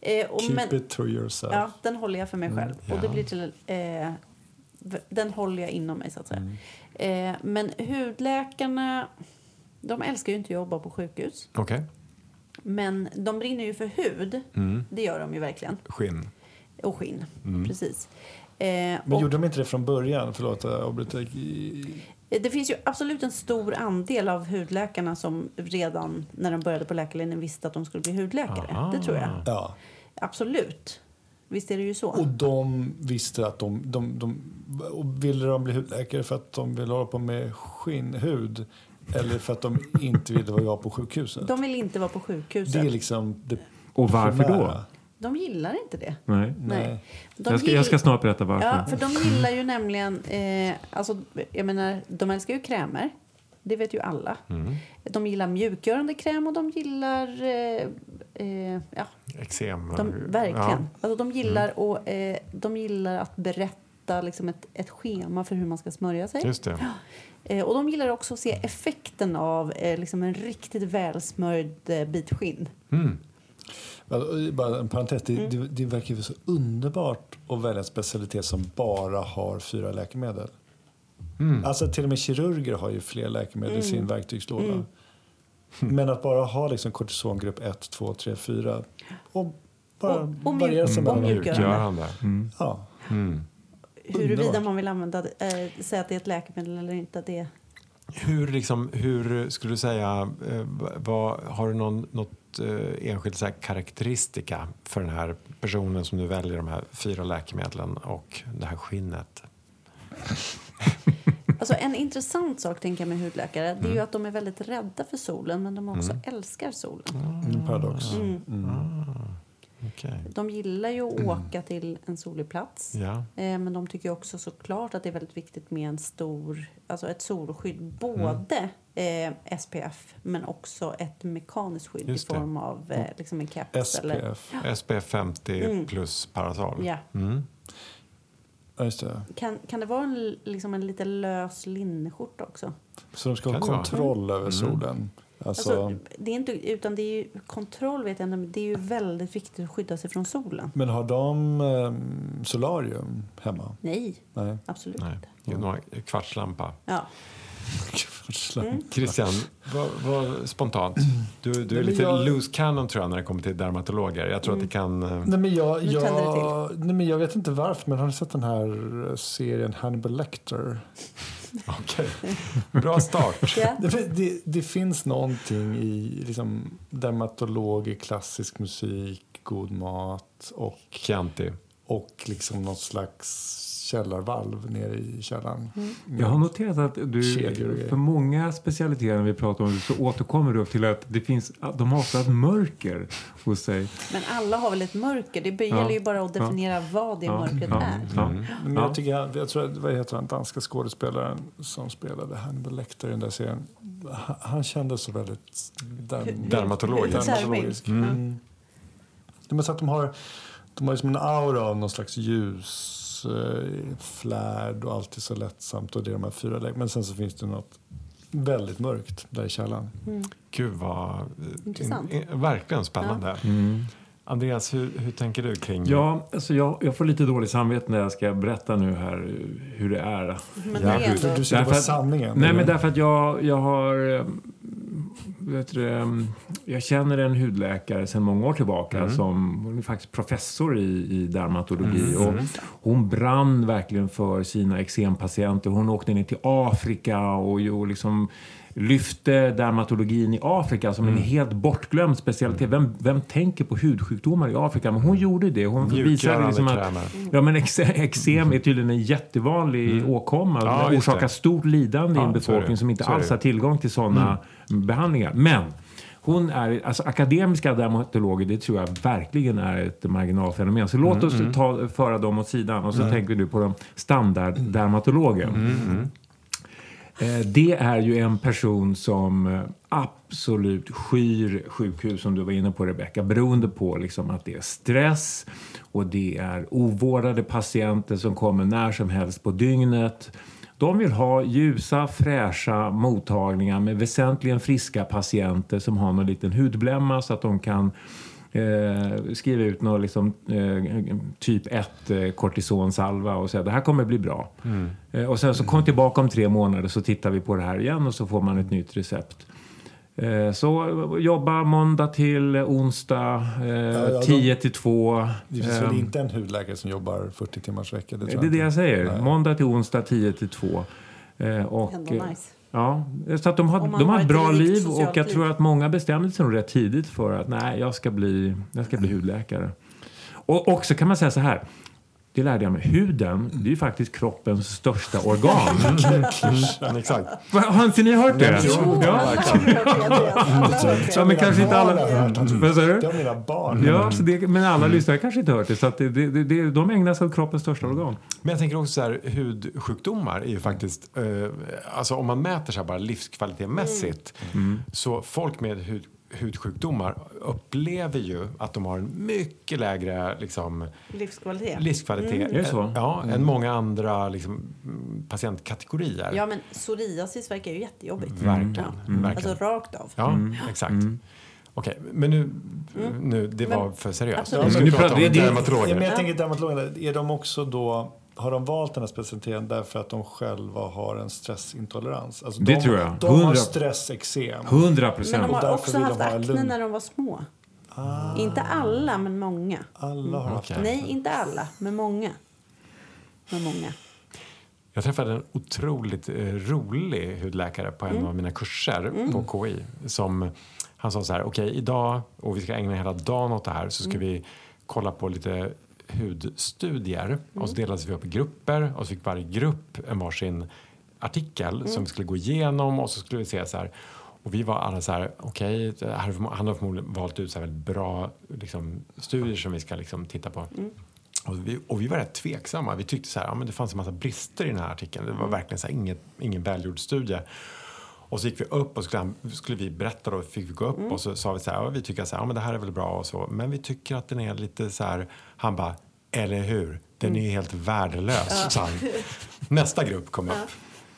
A: Eh, och
C: Keep
A: men,
C: it Mm, to yourself.
A: Ja, den håller jag för mig själv. Och det
D: ja.
A: blir till, eh, v- den håller jag inom mig så att säga.
C: Mm.
A: Eh, men hudläkarna, de älskar ju inte att jobba på sjukhus.
D: Okej.
A: Men de brinner ju för hud.
C: Mm.
A: Det gör de ju verkligen.
D: Skinn.
A: Och skinn. Precis. Eh,
C: Men
A: och
C: gjorde de inte det från början? Förlåt, jag avbryter. I-
A: Eh, det finns ju absolut en stor andel av hudläkarna som redan när de började på läkarlinjen visste att de skulle bli hudläkare.
D: Aha.
A: Det tror jag.
C: Ja.
A: Absolut. Visst är det ju så.
C: Och de visste att de, de, de... Och ville de bli hudläkare för att de ville hålla på med skinnhud? Eller för att de inte ville vara på sjukhuset?
A: De vill inte vara på sjukhuset.
C: Det är liksom det
B: Och varför då?
C: primära.
A: De gillar inte det.
B: Nej.
C: Nej.
A: De
B: Jag ska, jag ska snart berätta varför.
A: Ja, för de gillar ju nämligen... Eh, alltså, jag menar, de älskar ju krämer. Det vet ju alla.
D: Mm.
A: De gillar mjukgörande kräm och de gillar... Eh, eh, ja,
D: Eksem.
A: de, verkligen. Alltså, de, gillar och, eh, de gillar att berätta liksom, ett, ett schema för hur man ska smörja sig.
D: Ja, just det.
A: Eh, och de gillar också att se effekten av eh, liksom en riktigt välsmörjd eh, bit skinn.
D: Mm.
C: Alltså, Bara en parentes. Det,
A: Mm.
C: det, det verkar ju så underbart att välja en specialitet som bara har fyra läkemedel.
D: Mm.
C: Alltså till och med kirurger har ju fler läkemedel i
A: Mm.
C: sin verktygslåda. Men att bara ha liksom kortisongrupp 1, 2, 3, 4 och bara
A: Och- och mjuk-
C: variera sig
A: och
C: mellan dem.
A: mjuk-
D: Mjukgörande.
B: Mm.
C: Ja.
A: Huruvida
C: Underbart.
A: man vill använda, eh, säga att det är ett läkemedel eller inte. Det är
D: Hur, liksom, hur skulle du säga, eh, vad, har du någon, något eh, enskilt så här, karaktäristika för den här personen som du väljer de här fyra läkemedlen och det här skinnet?
A: Alltså en intressant sak tänker jag med hudläkare det är ju att de är väldigt rädda för solen men de också älskar solen.
C: En paradox.
A: Mm.
D: Okej.
A: De gillar ju att åka till en solig plats
D: Ja.
A: eh, men de tycker ju också såklart att det är väldigt viktigt med en stor, alltså ett solskydd både eh, SPF men också ett mekaniskt skydd
D: Just
A: i
D: det.
A: form av eh, liksom en caps. Eller,
C: SPF.
D: SPF 50
C: Mm.
D: plus parasol. Mm.
A: ja.
C: Ja, just det.
A: kan, kan det vara en, liksom en lite lös linneskjorta också?
C: Så de ska
D: Kan
C: ha
D: det vara? Mm.
C: kontroll över solen. Alltså,
A: Alltså, det är inte, utan det är ju kontroll vet jag inte, men det är ju väldigt viktigt att skydda sig från solen.
C: Men har de ehm, solarium hemma?
A: Nej,
C: Nej.
A: absolut
D: Nej,
A: inte.
D: det är några kvartslampa.
A: Ja. Mm.
D: Christian, vad, vad, spontant. Du, du är
C: men
D: lite
C: jag-
D: loose cannon tror jag när det kommer till dermatologer. Jag tror att det kan... eh,
C: Nej men jag,
A: Nu tänder det
C: jag, nej, men jag vet inte varför, men har ni sett den här eh, serien Hannibal Lecter?
D: Okej. Bra start.
A: Ja.
C: Det, det, det finns någonting i liksom, dermatologer, klassisk musik, god mat och,
D: Chianti.
C: och liksom någon slags källarvalv nere i källaren.
B: Jag har noterat att du,
C: Kedjor och grejer.
B: för många specialiteter vi pratar om så återkommer du till att det finns, att de har ofta ett mörker hos sig.
A: Men alla har väl ett mörker? Det be-
B: Ja.
A: gäller ju bara att definiera vad det mörkret
B: ja,
A: är.
B: ja.
D: Mm.
C: Men
B: Ja.
C: jag, tycker, han- jag tror att, vad heter han, danska skådespelaren som spelade Hannibal Lecter i den där serien. Han, han kändes så väldigt derm-
D: Dermatologen.
C: dermatologisk. Mm.
A: Charmig.
C: De, så att de har, de har liksom en aura av någon slags ljus eh, flärd och alltid så lättsamt och det är de här fyra lägen. Men sen så finns det något väldigt mörkt där i källaren.
A: Mm.
D: Gud vad... eh,
A: Intressant.
D: in- in- verkligen spännande. Andreas, hur, hur tänker du kring...
B: Mm. Ja, alltså jag, jag får lite dåligt samvete när jag ska berätta nu här eh, hur det är.
A: Men det är
C: Du,
A: ändå...
C: du ser
B: Därför
C: bara
B: att-
C: sanningen.
B: Nej, men därför att jag, jag har... eh, Vet du, eh, jag känner en hudläkare sedan många år tillbaka
C: Mm.
B: som hon är faktiskt professor i, i
C: Mm.
B: dermatologi. Och hon brann verkligen för sina eksempatienter. Hon åkte ner till Afrika och, ju- och liksom lyfte dermatologin i Afrika som
C: Mm.
B: en helt bortglömd specialitet. Vem, vem tänker på hudsjukdomar i Afrika? Men
C: Mm.
B: hon gjorde det. Hon visade
D: Mjukgörande
B: liksom att
D: krämer.
B: Ja, men ex- eksem är tydligen en jättevanlig åkomma.
D: Mm. Ja,
B: Den
D: just
B: orsakar
D: det.
B: stort lidande i en
D: Ja, så är det.
B: befolkning som inte
D: Så är
B: alls
D: det. Mm.
B: har tillgång till sådana behandlingar. Men hon är, alltså akademiska dermatologer, det tror jag verkligen är ett marginalfenomen. Så
D: Mm,
B: låt oss ta, föra dem åt sidan och så tänker du på de standarddermatologer.
D: Mm.
B: Eh, Det är ju en person som eh, absolut skyr sjukhus, som du var inne på Rebecka, beroende på liksom att det är stress och det är ovårdade patienter som kommer när som helst på dygnet. De vill ha ljusa, fräscha mottagningar med väsentligen friska patienter som har någon liten hudblemma så att de kan eh, skriva ut någon liksom, eh, typ 1 eh, kortisonsalva och säga det här kommer bli bra. Eh, och sen så kom tillbaka om tre månader så tittar vi på det här igen och så får man ett nytt recept. Eh, Så jobba måndag till onsdag, eh,
C: ja, de-
B: 10 till 2.
C: Det finns
B: Ehm,
C: väl inte en hudläkare som jobbar 40 timmars vecka? Det, tror
B: det är
C: jag
B: det jag
C: inte.
B: säger.
C: Nej.
B: Måndag till onsdag 10 till 2. Eh, och,
A: Ändå
B: eh,
A: nice.
B: ja, så att de
A: Om
B: har,
A: man
B: de har
A: har
B: ett
A: ett
B: bra
A: rikt
B: liv och
A: socialt
B: jag
A: liv.
B: tror att många bestämde sig nog rätt tidigt för att nej, jag ska bli, jag ska bli hudläkare. Och och så kan man säga så här. Det lärde jag mig. Huden, det är ju faktiskt kroppens största organ.
D: Mm, exakt.
B: Va, Har inte ni hört det?
A: Jo,
B: Ja,
A: jag tror det, Andreas. Jag tror
B: ja
A: det.
B: men kanske inte alla... Vad sa du?
C: Det har mina barn.
B: Ja, så det, men alla lyssnare kanske inte hört det. Så att det, det, det, de ägnar sig åt kroppens största organ.
D: Men jag tänker också så här, hudsjukdomar är ju faktiskt, eh, alltså om man mäter så här bara livskvalitetmässigt,
B: Mm.
D: så folk med hud, hudsjukdomar upplever ju att de har en mycket lägre liksom,
A: Livskvalitet.
D: livskvalitet
B: Mm. Är det så?
D: Ja, än många andra liksom, mm, patientkategorier.
A: Ja, men psoriasis verkar ju jättejobbigt.
D: Verkligen,
A: Ja.
D: verkligen.
A: Alltså rakt av.
D: Ja,
B: Mm.
D: exakt. Okej, men nu, nu, det var för seriöst.
A: Absolut.
D: Vi
B: Men
D: skulle
B: nu
D: prata
B: pratar
D: om
B: vi- det-
C: Ja, men
D: dermatologer.
C: jag tänker dermatologerna, är de också då, har de valt den här specialiteten därför att de själva har en stressintolerans? Alltså
B: Det
C: de,
B: tror jag.
C: De har
B: Hundra-
C: stressexem.
B: 100
A: Men
B: procent.
A: de
C: Och
A: har
C: därför
A: också
C: vill de
A: haft
C: ha en
A: akne
C: lugn. Ah.
A: när de var små. Inte alla, men många.
C: Alla har haft
D: Okej.
A: Nej, inte alla, men många. Men många.
D: Jag träffade en otroligt eh, rolig hudläkare på en av mina kurser på KI. Som, han sa så här, okej idag, och vi ska ägna hela dagen åt det här, så ska vi kolla på lite hudstudier. Och så delades vi upp i grupper och så fick varje grupp en varsin artikel som vi skulle gå igenom och så skulle vi se så här. Och vi var alla så här, okej, det här- han har förmodligen valt ut så här väldigt bra liksom, studier som vi ska liksom, titta på. Och vi, och vi var rätt tveksamma. Vi tyckte så här, ja, men det fanns en massa brister i den här artikeln. Det
A: Mm.
D: var verkligen så här, inget, ingen välgjord studie. Och så gick vi upp och skulle, han- skulle vi berätta då, fick vi gå
A: Mm.
D: upp och så sa vi så här, ja, vi tycker så här, ja, men det här är väl bra och så. Men vi tycker att den är lite så här, han bara, eller hur? Den
A: Mm.
D: är ju helt värdelös, sa han. Nästa grupp kom upp.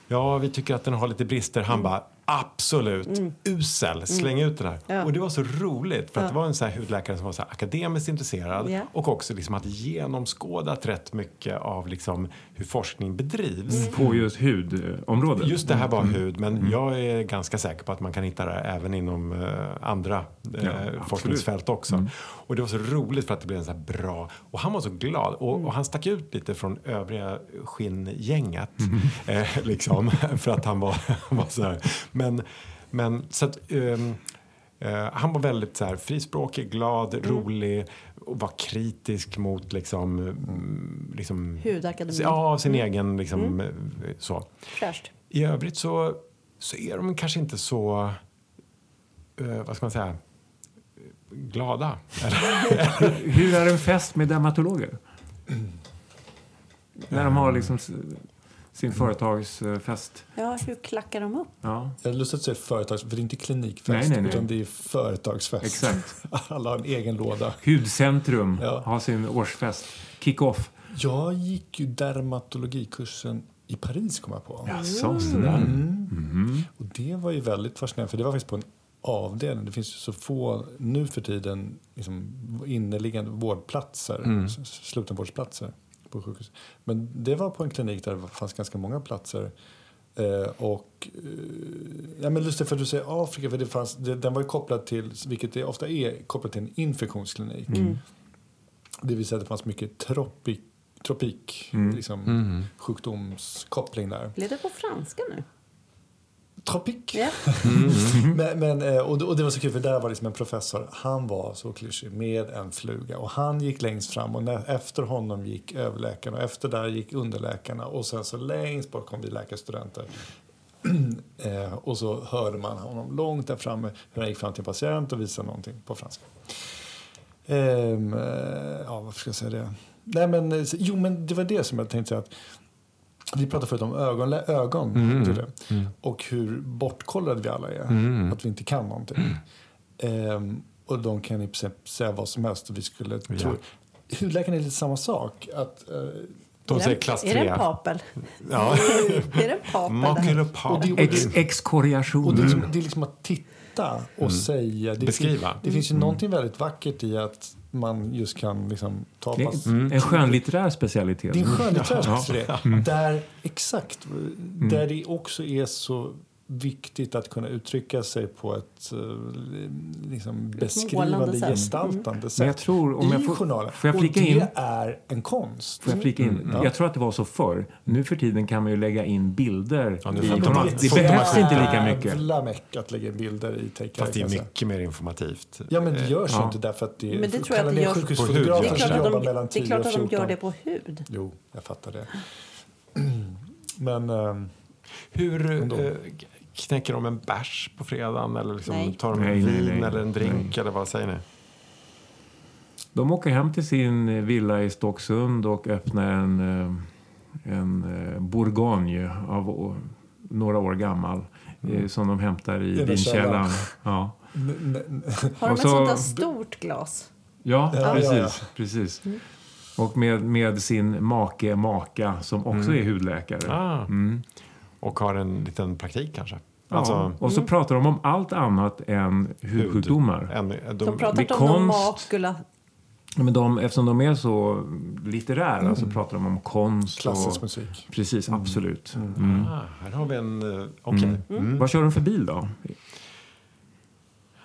D: Ja, vi tycker att den har lite brister.
A: Mm.
D: Han bara, absolut, usel, släng ut den här.
A: Ja.
D: Och det var så roligt för att det var en så här hudläkare som var så här akademiskt intresserad
A: Ja.
D: och också liksom hade genomskådat rätt mycket av liksom hur forskning bedrivs.
B: På just hudområdet.
D: Just det här var hud, men jag är ganska säker på att man kan hitta det även inom eh, andra eh,
B: absolut.
D: forskningsfält också. Och det var så roligt för att det blev en så här bra... Och han var så glad och, och han stack ut lite från övriga skinngänget. Eh, liksom, för att han var, han var så här. Men, men så att... ehm, eh, han var väldigt så här, frispråkig, glad, rolig och var kritisk mot liksom, mm, liksom,
A: Hudakademin.
D: ja, sin egen liksom, eh, så.
A: Fräscht.
D: I övrigt så, så är de kanske inte så, eh, vad ska man säga, glada.
B: Hur är en fest med dermatologer? När de har liksom s- sin företagsfest.
A: Ja, hur klackar de upp?
B: Ja,
C: Jag hade lust att säga företags... För det är inte klinikfest,
B: Nej, nej, nej.
C: utan det är företagsfest.
B: exakt.
C: Alla har en egen låda.
B: Hudcentrum
C: Ja.
B: har sin årsfest. Kick-off.
C: Jag gick ju dermatologikursen i Paris, kom jag på.
B: Jaså, sådär.
C: Och det var ju väldigt fascinerande, för det var faktiskt på en avdelning. Det finns ju så få nu för tiden liksom, inneliggande vårdplatser, s- slutenvårdsplatser på sjukhus. Men det var på en klinik där det fanns ganska många platser. Eh, och, eh, ja, men lustigt för att du säger Afrika, för det fanns, det, den var ju kopplad till, vilket det ofta är, kopplad till en infektionsklinik. Det vill säga att det fanns mycket tropik, tropik Liksom, sjukdomskoppling där.
A: Blev det på franska nu?
C: Tropik?
A: Ja.
C: Men, men, eh, och, det- och det var så kul för där var liksom en professor, han var så klyschig med en fluga och han gick längst fram och när, efter honom gick överläkarna och efter där gick underläkarna och sen så längst bort kom vi läkarstudenter. eh, och så hörde man honom långt där framme hur han gick fram till en patient och visade någonting på franska. Ehm, eh, ja, varför ska jag säga det? Nej, men, eh, jo, men det var det som jag tänkte säga att vi pratade förut om ögon, ögon tror jag. och hur bortkollade vi alla är. Att vi inte kan någonting. Ehm, och de kan i princip säga vad som helst. Och vi skulle tro. Hudläkaren är lite samma sak. Att, eh,
D: De
A: Är
D: säger
A: det-
D: klass
A: Är det
D: 3.
A: en papel?
D: Ja.
A: Är det en papel? där?
D: Makelopap.
C: Och det-
B: Ex-
C: och det, är
B: Exkoriation.
C: liksom, det är liksom att titta och säga. Det
D: Beskriva.
C: Finns, det finns ju någonting väldigt vackert i att man just kan liksom ta
B: Det
C: pass.
B: är En skönlitterär specialitet.
C: Mm.
B: Mm.
C: Det är en skönlitterär specialitet. Där, exakt, där det också är så viktigt att kunna uttrycka sig på ett eh, liksom
A: målande
C: beskrivande,
A: sätt.
C: gestaltande
B: Mm. Men jag
C: sätt
B: tror, om jag
C: i
B: får-
C: journalen.
B: får jag
C: och
B: flika
C: det
B: in?
C: är en konst.
B: Får jag flika in? Jag tror att det var så förr. Nu för tiden kan man ju lägga in bilder
D: Ja, nu
B: i
D: får man-
B: journalen. Det behövs inte lika mycket.
C: Jävla meck att lägga in bilder i take
D: Fast det
C: kan
D: är
C: jag säga.
D: mycket mer informativt.
C: Ja, men det görs ju
B: Eh, ja.
C: inte därför att det,
A: Men det tror jag
C: kallar
A: att det
C: ni
A: görs-
D: På hud,
C: sjukhusfotografer
A: Det är
C: som
A: klart
C: jobbar
A: att de,
C: mellan
A: det är
C: 10
A: klart
C: och
A: att de gör
C: 14.
A: det på hud.
C: Jo, jag fattar det. Men ehm,
D: Hur
C: Ändå.
D: eh, knäcker de en bärs på fredagen? Eller liksom,
A: Nej.
D: tar de
B: Nej,
D: en
B: nej,
D: vin
B: nej.
D: eller en drink? Eller vad säger ni?
B: De åker hem till sin eh, villa i Stocksund och öppnar en, eh, en eh, Bourgogne av å- några år gammal eh, som de hämtar i
C: den
B: vinkällaren.
C: källaren.
B: Ja.
C: n- n-
A: Har de
B: Och
A: ett
B: så-
A: sånt där stort glas?
B: Ja,
C: Ja,
B: precis.
C: ja, ja.
B: precis. Och med, med sin make, maka, som också är hudläkare.
D: Ah. Och har en liten praktik kanske?
B: Mm. Ja.
D: Alltså,
B: och så pratar de om allt annat än hudsjukdomar.
D: en, de,
A: De pratar
B: det är
A: inte om någon
B: konst.
A: makula.
B: Men de, eftersom de är så litterära så pratar de om konst.
C: klassisk
B: och,
C: musik.
B: Precis, absolut. Mm.
D: ah, här har vi en... eh, Okej.
A: Mm.
B: Vad kör de för bil då?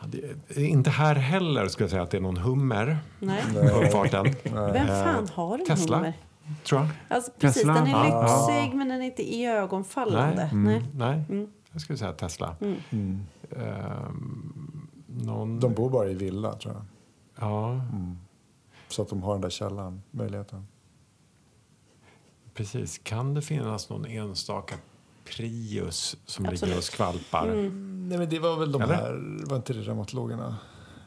D: Ja, det- det är Inte här heller skulle jag säga att det är någon hummer
A: Nej.
D: på
C: Eh,
D: uppfarten.
A: Vem fan har en
D: Tesla?
A: hummer?
D: Tror jag.
A: Alltså, precis,
B: Tesla?
A: den är
B: Ja.
A: lyxig men den är inte iögonfallande.
C: Mm.
D: Nej.
A: Nej.
D: Nej,
A: Mm.
D: jag skulle säga Tesla.
B: Mm.
D: Ehm, någon...
C: De bor bara i villa, tror jag.
D: Ja,
B: Mm.
C: Så att de har den där källan, möjligheten.
D: precis. Kan det finnas någon enstaka Prius som ligger
A: Absolut. Mm.
D: och skvalpar?
C: Mm, Nej, men det var väl de
D: Eller?
C: här, var inte det reumatologerna?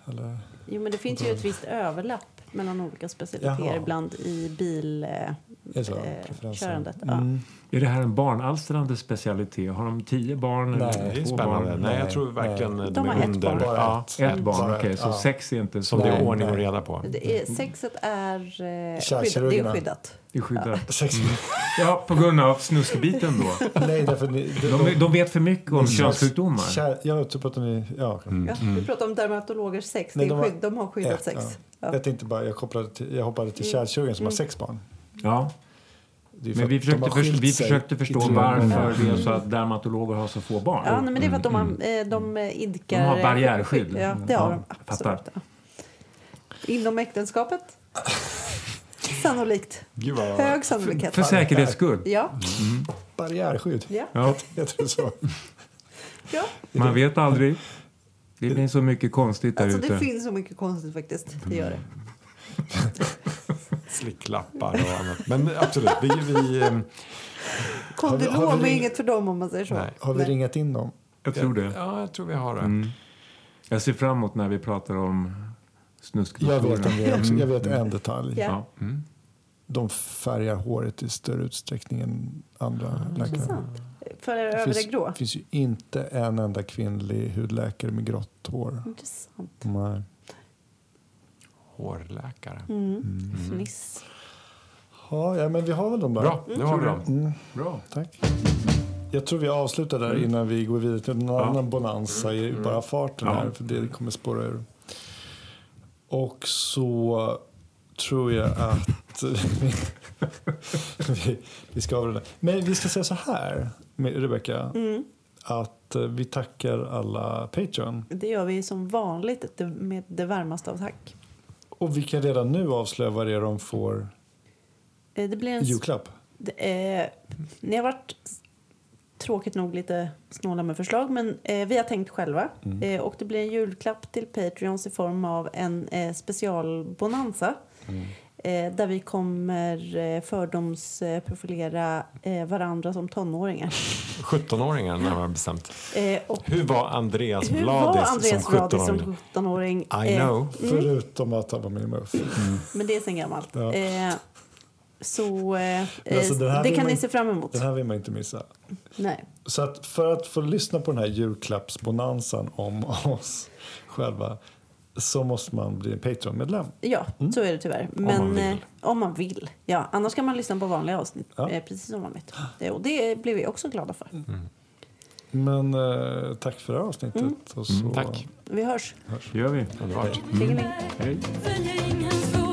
C: Eller?
A: Jo, men det finns ju ett visst överlapp mellan olika specialiteter
C: Jaha.
A: ibland i bilkörandet.
C: Är det så?
A: Eh,
C: Preferenser.
A: körandet, ja.
C: Mm.
B: Är det här en barnalstrande specialitet? Har de tio barn? eller
C: Nej,
D: Det är
B: två
D: spännande.
B: barn? eh,
D: Nej, jag
C: Nej,
D: tror verkligen
C: nej.
D: de,
A: eh, De har
D: är
A: ett
D: under.
A: barn.
C: Bara
D: Ja,
C: ett.
B: Ett barn,
C: Bara
B: okej.
C: ett,
B: Så
C: ja.
B: sex är inte
D: som det är
C: Nej,
D: ordning och
C: nej.
D: reda på.
A: Det
C: Mm.
A: är, sexet är eh, skyddat. Det är
C: Kärlkirurgerna.
A: skyddat.
B: det är skyddat.
C: Sex.
B: Ja, på grund av snuskbiten då.
C: Nej, därför ni, de,
B: De, de vet för mycket
C: Mm.
B: om könssjukdomar.
C: Kär, ja, typ att de är... Ja.
A: Ja, vi pratar om dermatologers sex.
C: Mm.
A: det
C: Nej,
A: är
C: de har-
A: skydd, de har skyddat
C: Ett,
A: sex.
C: Ja.
A: Ja. Mm.
C: Jag tänkte bara, jag, kopplade till, jag hoppade till kärlkirurgen som har sex barn.
B: Ja.
C: Det är ju för
B: Men
C: att
B: vi
C: de
B: försökte,
C: har
B: för,
C: skilt
B: vi
C: sig
B: försökte
C: i Mm.
B: förstå
C: tre
B: varför
C: månader.
B: det är så att dermatologer har så få barn.
A: Ja, nej, men det är för att de, har, eh, de idkar...
B: Mm, De har barriärskydd.
A: skydd. Ja, det har
B: Mm.
A: de.
B: Ja,
A: Absolut.
B: fattar.
A: Ja. Inom äktenskapet? Sannolikt.
D: Gud vad...
A: Hög sannolikhet.
B: För säkerhets skull.
A: Ja,
C: Barriärskydd.
A: ja,
B: Ja,
C: Jag tror så.
A: ja.
B: man vet aldrig. Det blir så mycket konstigt där
A: Alltså det
B: ute.
A: finns så mycket konstigt faktiskt. Det gör det.
C: Mm.
D: slicklappar och annat. Men absolut, vi... vi eh,
C: Har vi- har
A: Kondylom är
C: vi-
A: inget för dem om man säger så.
D: Nej.
C: Har vi
A: Nej.
C: ringat in dem?
B: Jag tror det. Mm.
D: ja, jag tror vi har det.
B: Jag ser fram emot när vi pratar om
C: Jag vet, Mm. en
B: snuskdoktorerna.
C: grej också. jag vet en detalj.
A: Ja.
B: Ja.
D: Mm.
C: De färgar håret i större utsträckning än andra läkare.
A: Intressant. För er
C: Det
A: övre
C: finns,
A: grå.
C: finns ju inte en enda kvinnlig hudläkare med grått hår.
A: Mm. Intressant.
C: Nej.
D: Hårläkare.
A: Mm.
C: Mm.
A: Fniss.
C: Ja, ja, men vi har väl dem där. Mm,
D: Bra, nu har vi dem.
B: Bra.
C: Tack. Jag tror vi avslutar där
D: Mm.
C: innan vi går vidare till någon annan bonanza i bara farten
B: Ja.
C: här, för det kommer spåra ur. Och så tror jag att vi, vi, vi ska avrunda. Men vi ska säga så här med Rebecca.
A: Mm.
C: Att eh, vi tackar alla Patreon.
A: Det gör vi som vanligt det- med det varmaste av tack.
C: Och vi kan redan nu avslöja vad det är de får
A: Eh, Det blir en...
C: i julklapp.
A: det är- ni har varit s- tråkigt nog lite snåla med förslag men eh, vi har tänkt själva.
D: Mm.
A: Eh, och det blir en julklapp till Patreons i form av en eh, specialbonanza.
D: Mm.
A: Eh, där vi kommer eh, fördomsprofilera eh, varandra som tonåringar.
D: 17-åringar närmare bestämt.
A: Eh, och
D: Hur var Andreas
A: Hur var
D: Bladis Alltså, som
A: Andreas Bladis som
D: 17-åring?
A: 17-åring?
D: I
A: Eh,
D: know.
C: Förutom att han var med i MUF.
A: men det är sen gammalt.
C: Ja.
A: Eh, så eh,
C: alltså, den här
A: eh, det
C: vill
A: kan
C: man-
A: ni se fram emot.
C: Den här vill man inte missa.
A: Nej.
C: Så att för att få lyssna på den här julklappsbonanzan om oss själva så måste man bli en Patreon-medlem.
A: Ja, så är det tyvärr. Men
D: man vill.
A: eh, om man vill. Ja, annars kan man lyssna på vanliga avsnitt,
C: Ja.
A: eh, precis som vanligt. Eh, och det blir vi också glada för.
C: Men eh, tack för det här avsnittet. Och så
D: Tack.
A: Vi hörs.
B: Det gör vi.
D: Underbart.
A: Tjingeling.
B: Hej.
E: Följer ingen svor